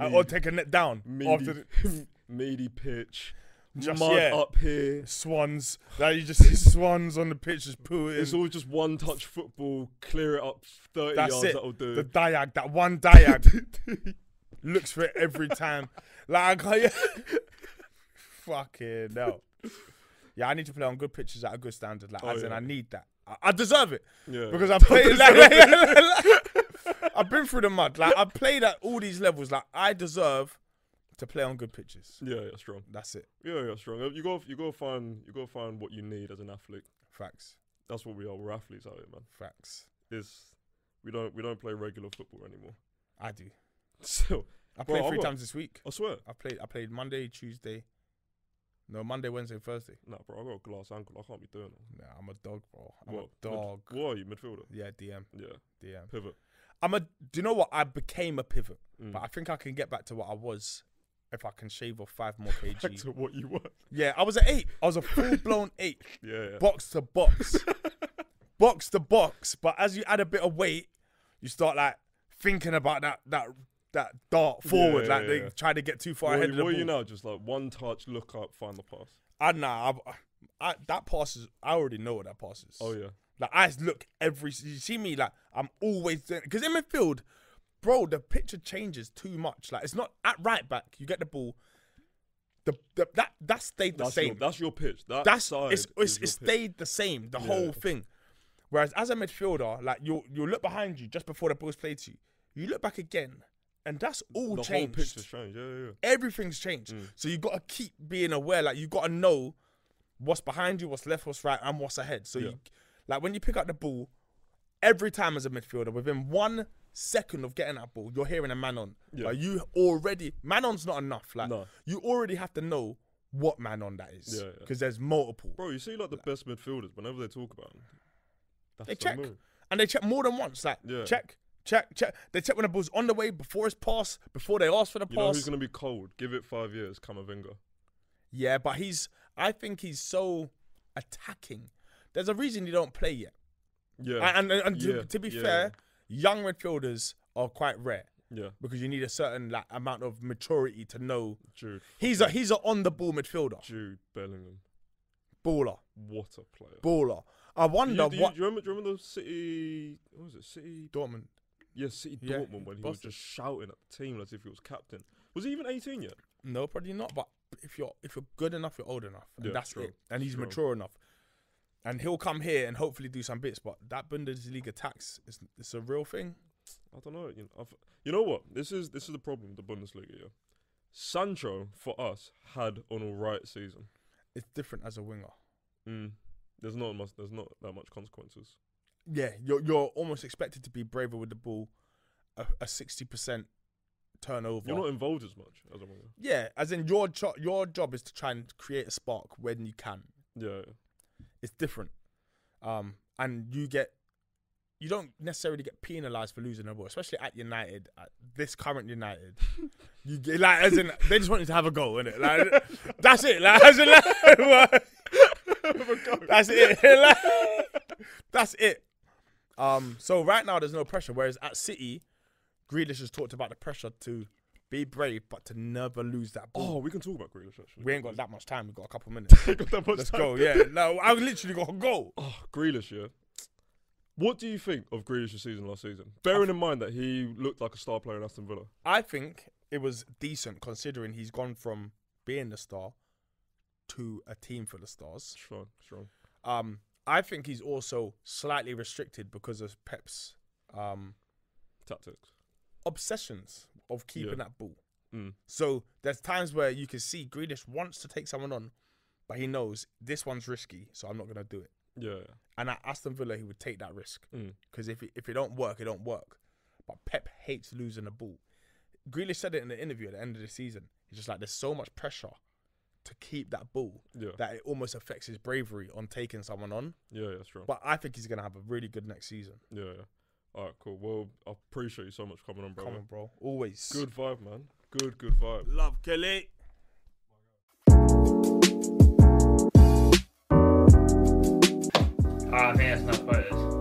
[SPEAKER 1] I- or take a net down after
[SPEAKER 2] meaty,
[SPEAKER 1] the
[SPEAKER 2] meaty pitch,
[SPEAKER 1] Just-
[SPEAKER 2] mud
[SPEAKER 1] yeah.
[SPEAKER 2] up here.
[SPEAKER 1] swans. That you just see swans on the pitch just
[SPEAKER 2] It's
[SPEAKER 1] pooing.
[SPEAKER 2] all just one touch football. Clear it up thirty
[SPEAKER 1] That's
[SPEAKER 2] yards.
[SPEAKER 1] it.
[SPEAKER 2] That'll do.
[SPEAKER 1] The diag, that one diag, looks for it every time. Like I can't. Fucking no. Yeah, I need to play on good pitches at a good standard. Like,
[SPEAKER 2] Oh,
[SPEAKER 1] as in,
[SPEAKER 2] yeah.
[SPEAKER 1] I need that. I, I deserve it.
[SPEAKER 2] yeah,
[SPEAKER 1] because I played. Like, I've been through the mud. Like I played at all these levels. Like I deserve to play on good pitches.
[SPEAKER 2] yeah, yeah, strong.
[SPEAKER 1] That's it.
[SPEAKER 2] Yeah, yeah, strong. You go, you go find, you go find what you need as an athlete.
[SPEAKER 1] Facts.
[SPEAKER 2] That's what we are. We're athletes out here, man.
[SPEAKER 1] Facts.
[SPEAKER 2] It's we don't, we don't play regular football anymore.
[SPEAKER 1] I do.
[SPEAKER 2] So
[SPEAKER 1] I
[SPEAKER 2] Bro,
[SPEAKER 1] played
[SPEAKER 2] I
[SPEAKER 1] three
[SPEAKER 2] work-
[SPEAKER 1] times this week.
[SPEAKER 2] I swear,
[SPEAKER 1] I played. I played Monday, Tuesday. No, Monday, Wednesday, Thursday.
[SPEAKER 2] nah, bro, I got a glass ankle. I can't be doing it.
[SPEAKER 1] Nah, I'm a dog, bro. I'm
[SPEAKER 2] What?
[SPEAKER 1] a dog.
[SPEAKER 2] What are you, midfielder?
[SPEAKER 1] Yeah, DM,
[SPEAKER 2] Yeah,
[SPEAKER 1] DM.
[SPEAKER 2] pivot.
[SPEAKER 1] I'm a. Do you know what? I became a pivot,
[SPEAKER 2] Mm.
[SPEAKER 1] but I think I can get back to what I was if I can shave off five more
[SPEAKER 2] Back
[SPEAKER 1] kg.
[SPEAKER 2] to what you were.
[SPEAKER 1] yeah, I was an eight. I was a full blown eight.
[SPEAKER 2] Yeah, yeah.
[SPEAKER 1] box to box, box to box, but as you add a bit of weight, you start like thinking about that that that dart forward,
[SPEAKER 2] yeah,
[SPEAKER 1] like they
[SPEAKER 2] yeah.
[SPEAKER 1] try to get too far
[SPEAKER 2] What,
[SPEAKER 1] ahead of the
[SPEAKER 2] what
[SPEAKER 1] ball.
[SPEAKER 2] you know, just like one touch, look up, find the pass.
[SPEAKER 1] I nah, I, I, that passes. I already know what that passes.
[SPEAKER 2] Oh yeah,
[SPEAKER 1] Like I just look every. You see me like I'm always because in midfield, bro, the picture changes too much. Like it's not at right back. You get the ball. The, the that that stayed the
[SPEAKER 2] that's
[SPEAKER 1] same.
[SPEAKER 2] your that's your pitch. That
[SPEAKER 1] that's
[SPEAKER 2] side
[SPEAKER 1] it's, it's
[SPEAKER 2] is
[SPEAKER 1] it
[SPEAKER 2] your pitch.
[SPEAKER 1] stayed the same the whole thing. Whereas as a midfielder, like you will you will look behind you just before the ball's played to you, you look back again, and that's all
[SPEAKER 2] The
[SPEAKER 1] changed
[SPEAKER 2] whole Mm. picture's changed. Yeah, yeah, yeah.
[SPEAKER 1] everything's changed. So you gotta keep being aware. Like you gotta know what's behind you, what's left, what's right, and what's ahead. So you, like when you pick up the ball, every time as a midfielder, within one second of getting that ball, you're hearing a man on.
[SPEAKER 2] Yeah.
[SPEAKER 1] Like you already man on's not enough. Like
[SPEAKER 2] No.
[SPEAKER 1] you already have to know what man on that is.
[SPEAKER 2] Yeah, yeah.
[SPEAKER 1] Because there's multiple.
[SPEAKER 2] Bro, you see like the best midfielders whenever they talk about them. That's
[SPEAKER 1] they
[SPEAKER 2] the
[SPEAKER 1] check.
[SPEAKER 2] move.
[SPEAKER 1] And they check more than once. Like
[SPEAKER 2] Yeah.
[SPEAKER 1] check, check, check. They check when the ball's on the way before it's passed, before they ask for the
[SPEAKER 2] You know
[SPEAKER 1] pass.
[SPEAKER 2] who's gonna be cold? Give it five years, Kamavinga.
[SPEAKER 1] Yeah, but he's. I think he's so attacking. There's a reason you don't play yet.
[SPEAKER 2] Yeah,
[SPEAKER 1] And and, and to,
[SPEAKER 2] Yeah,
[SPEAKER 1] to be
[SPEAKER 2] yeah,
[SPEAKER 1] fair, young midfielders are quite rare
[SPEAKER 2] yeah.
[SPEAKER 1] because you need a certain like amount of maturity to know
[SPEAKER 2] Jude,
[SPEAKER 1] he's a he's a on the ball midfielder,
[SPEAKER 2] Jude Bellingham,
[SPEAKER 1] baller,
[SPEAKER 2] what a player.
[SPEAKER 1] baller. I
[SPEAKER 2] Do you,
[SPEAKER 1] wonder
[SPEAKER 2] do you-
[SPEAKER 1] what
[SPEAKER 2] do you remember? Do you remember the City? What was it? City.
[SPEAKER 1] Dortmund.
[SPEAKER 2] Yeah, City
[SPEAKER 1] Yeah,
[SPEAKER 2] Dortmund when he was
[SPEAKER 1] busted.
[SPEAKER 2] just shouting at the team as if he was captain. Was he even 18 yet?
[SPEAKER 1] No, probably not. But if you're if you're good enough, you're old enough, and
[SPEAKER 2] Yeah,
[SPEAKER 1] that's
[SPEAKER 2] true,
[SPEAKER 1] it. And he's
[SPEAKER 2] true.
[SPEAKER 1] mature enough, and he'll come here and hopefully do some bits. But that Bundesliga tax is it's a real thing.
[SPEAKER 2] I don't know. You know, I've, you know what? This is this is the problem with the Bundesliga. Yeah, Sancho for us had an all right season.
[SPEAKER 1] It's different as a winger.
[SPEAKER 2] Mm. There's not much. There's not that much consequences.
[SPEAKER 1] yeah, you're you're almost expected to be braver with the ball, a sixty percent turnover.
[SPEAKER 2] You're not involved as much as a winger.
[SPEAKER 1] yeah, as in your jo- your job is to try and create a spark when you can.
[SPEAKER 2] Yeah, yeah.
[SPEAKER 1] It's different, um, and you get you don't necessarily get penalised for losing the ball, especially at United, at this current United. you get like as in they just want you to have a go, innit? Like that's it. Like as in like, that's it. Like, that's it. Um, so right now there's no pressure. Whereas at City, Grealish has talked about the pressure to be brave, but to never lose that ball.
[SPEAKER 2] Oh, we can talk about Grealish actually.
[SPEAKER 1] We ain't got that much time. We got a couple minutes.
[SPEAKER 2] got that much
[SPEAKER 1] Let's
[SPEAKER 2] time.
[SPEAKER 1] go. Yeah. No, I literally got to go.
[SPEAKER 2] Oh, Grealish, yeah. What do you think of Grealish's season last season? Bearing in mind that he looked like a star player in Aston Villa.
[SPEAKER 1] I think it was decent considering he's gone from being the star to a team for the stars.
[SPEAKER 2] Strong, strong.
[SPEAKER 1] Um, I think he's also slightly restricted because of Pep's um,
[SPEAKER 2] Tactics.
[SPEAKER 1] obsessions of keeping
[SPEAKER 2] Yeah.
[SPEAKER 1] that ball.
[SPEAKER 2] Mm.
[SPEAKER 1] So there's times where you can see Grealish wants to take someone on, but he knows this one's risky, so I'm not gonna do it.
[SPEAKER 2] Yeah.
[SPEAKER 1] And at Aston Villa, he would take that risk
[SPEAKER 2] Mm.
[SPEAKER 1] because if it, if it don't work, it don't work. But Pep hates losing the ball. Grealish said it in the interview at the end of the season. He's just like, there's so much pressure to keep that ball
[SPEAKER 2] Yeah.
[SPEAKER 1] that it almost affects his bravery on taking someone on.
[SPEAKER 2] Yeah, yeah, strong.
[SPEAKER 1] But I think he's gonna have a really good next season.
[SPEAKER 2] Yeah, yeah. All right, cool. Well, I appreciate you so much for coming on, brother.
[SPEAKER 1] Come on, bro. Always
[SPEAKER 2] Good vibe, man. Good, good vibe.
[SPEAKER 1] Love Kelly.
[SPEAKER 3] I think that's enough photos.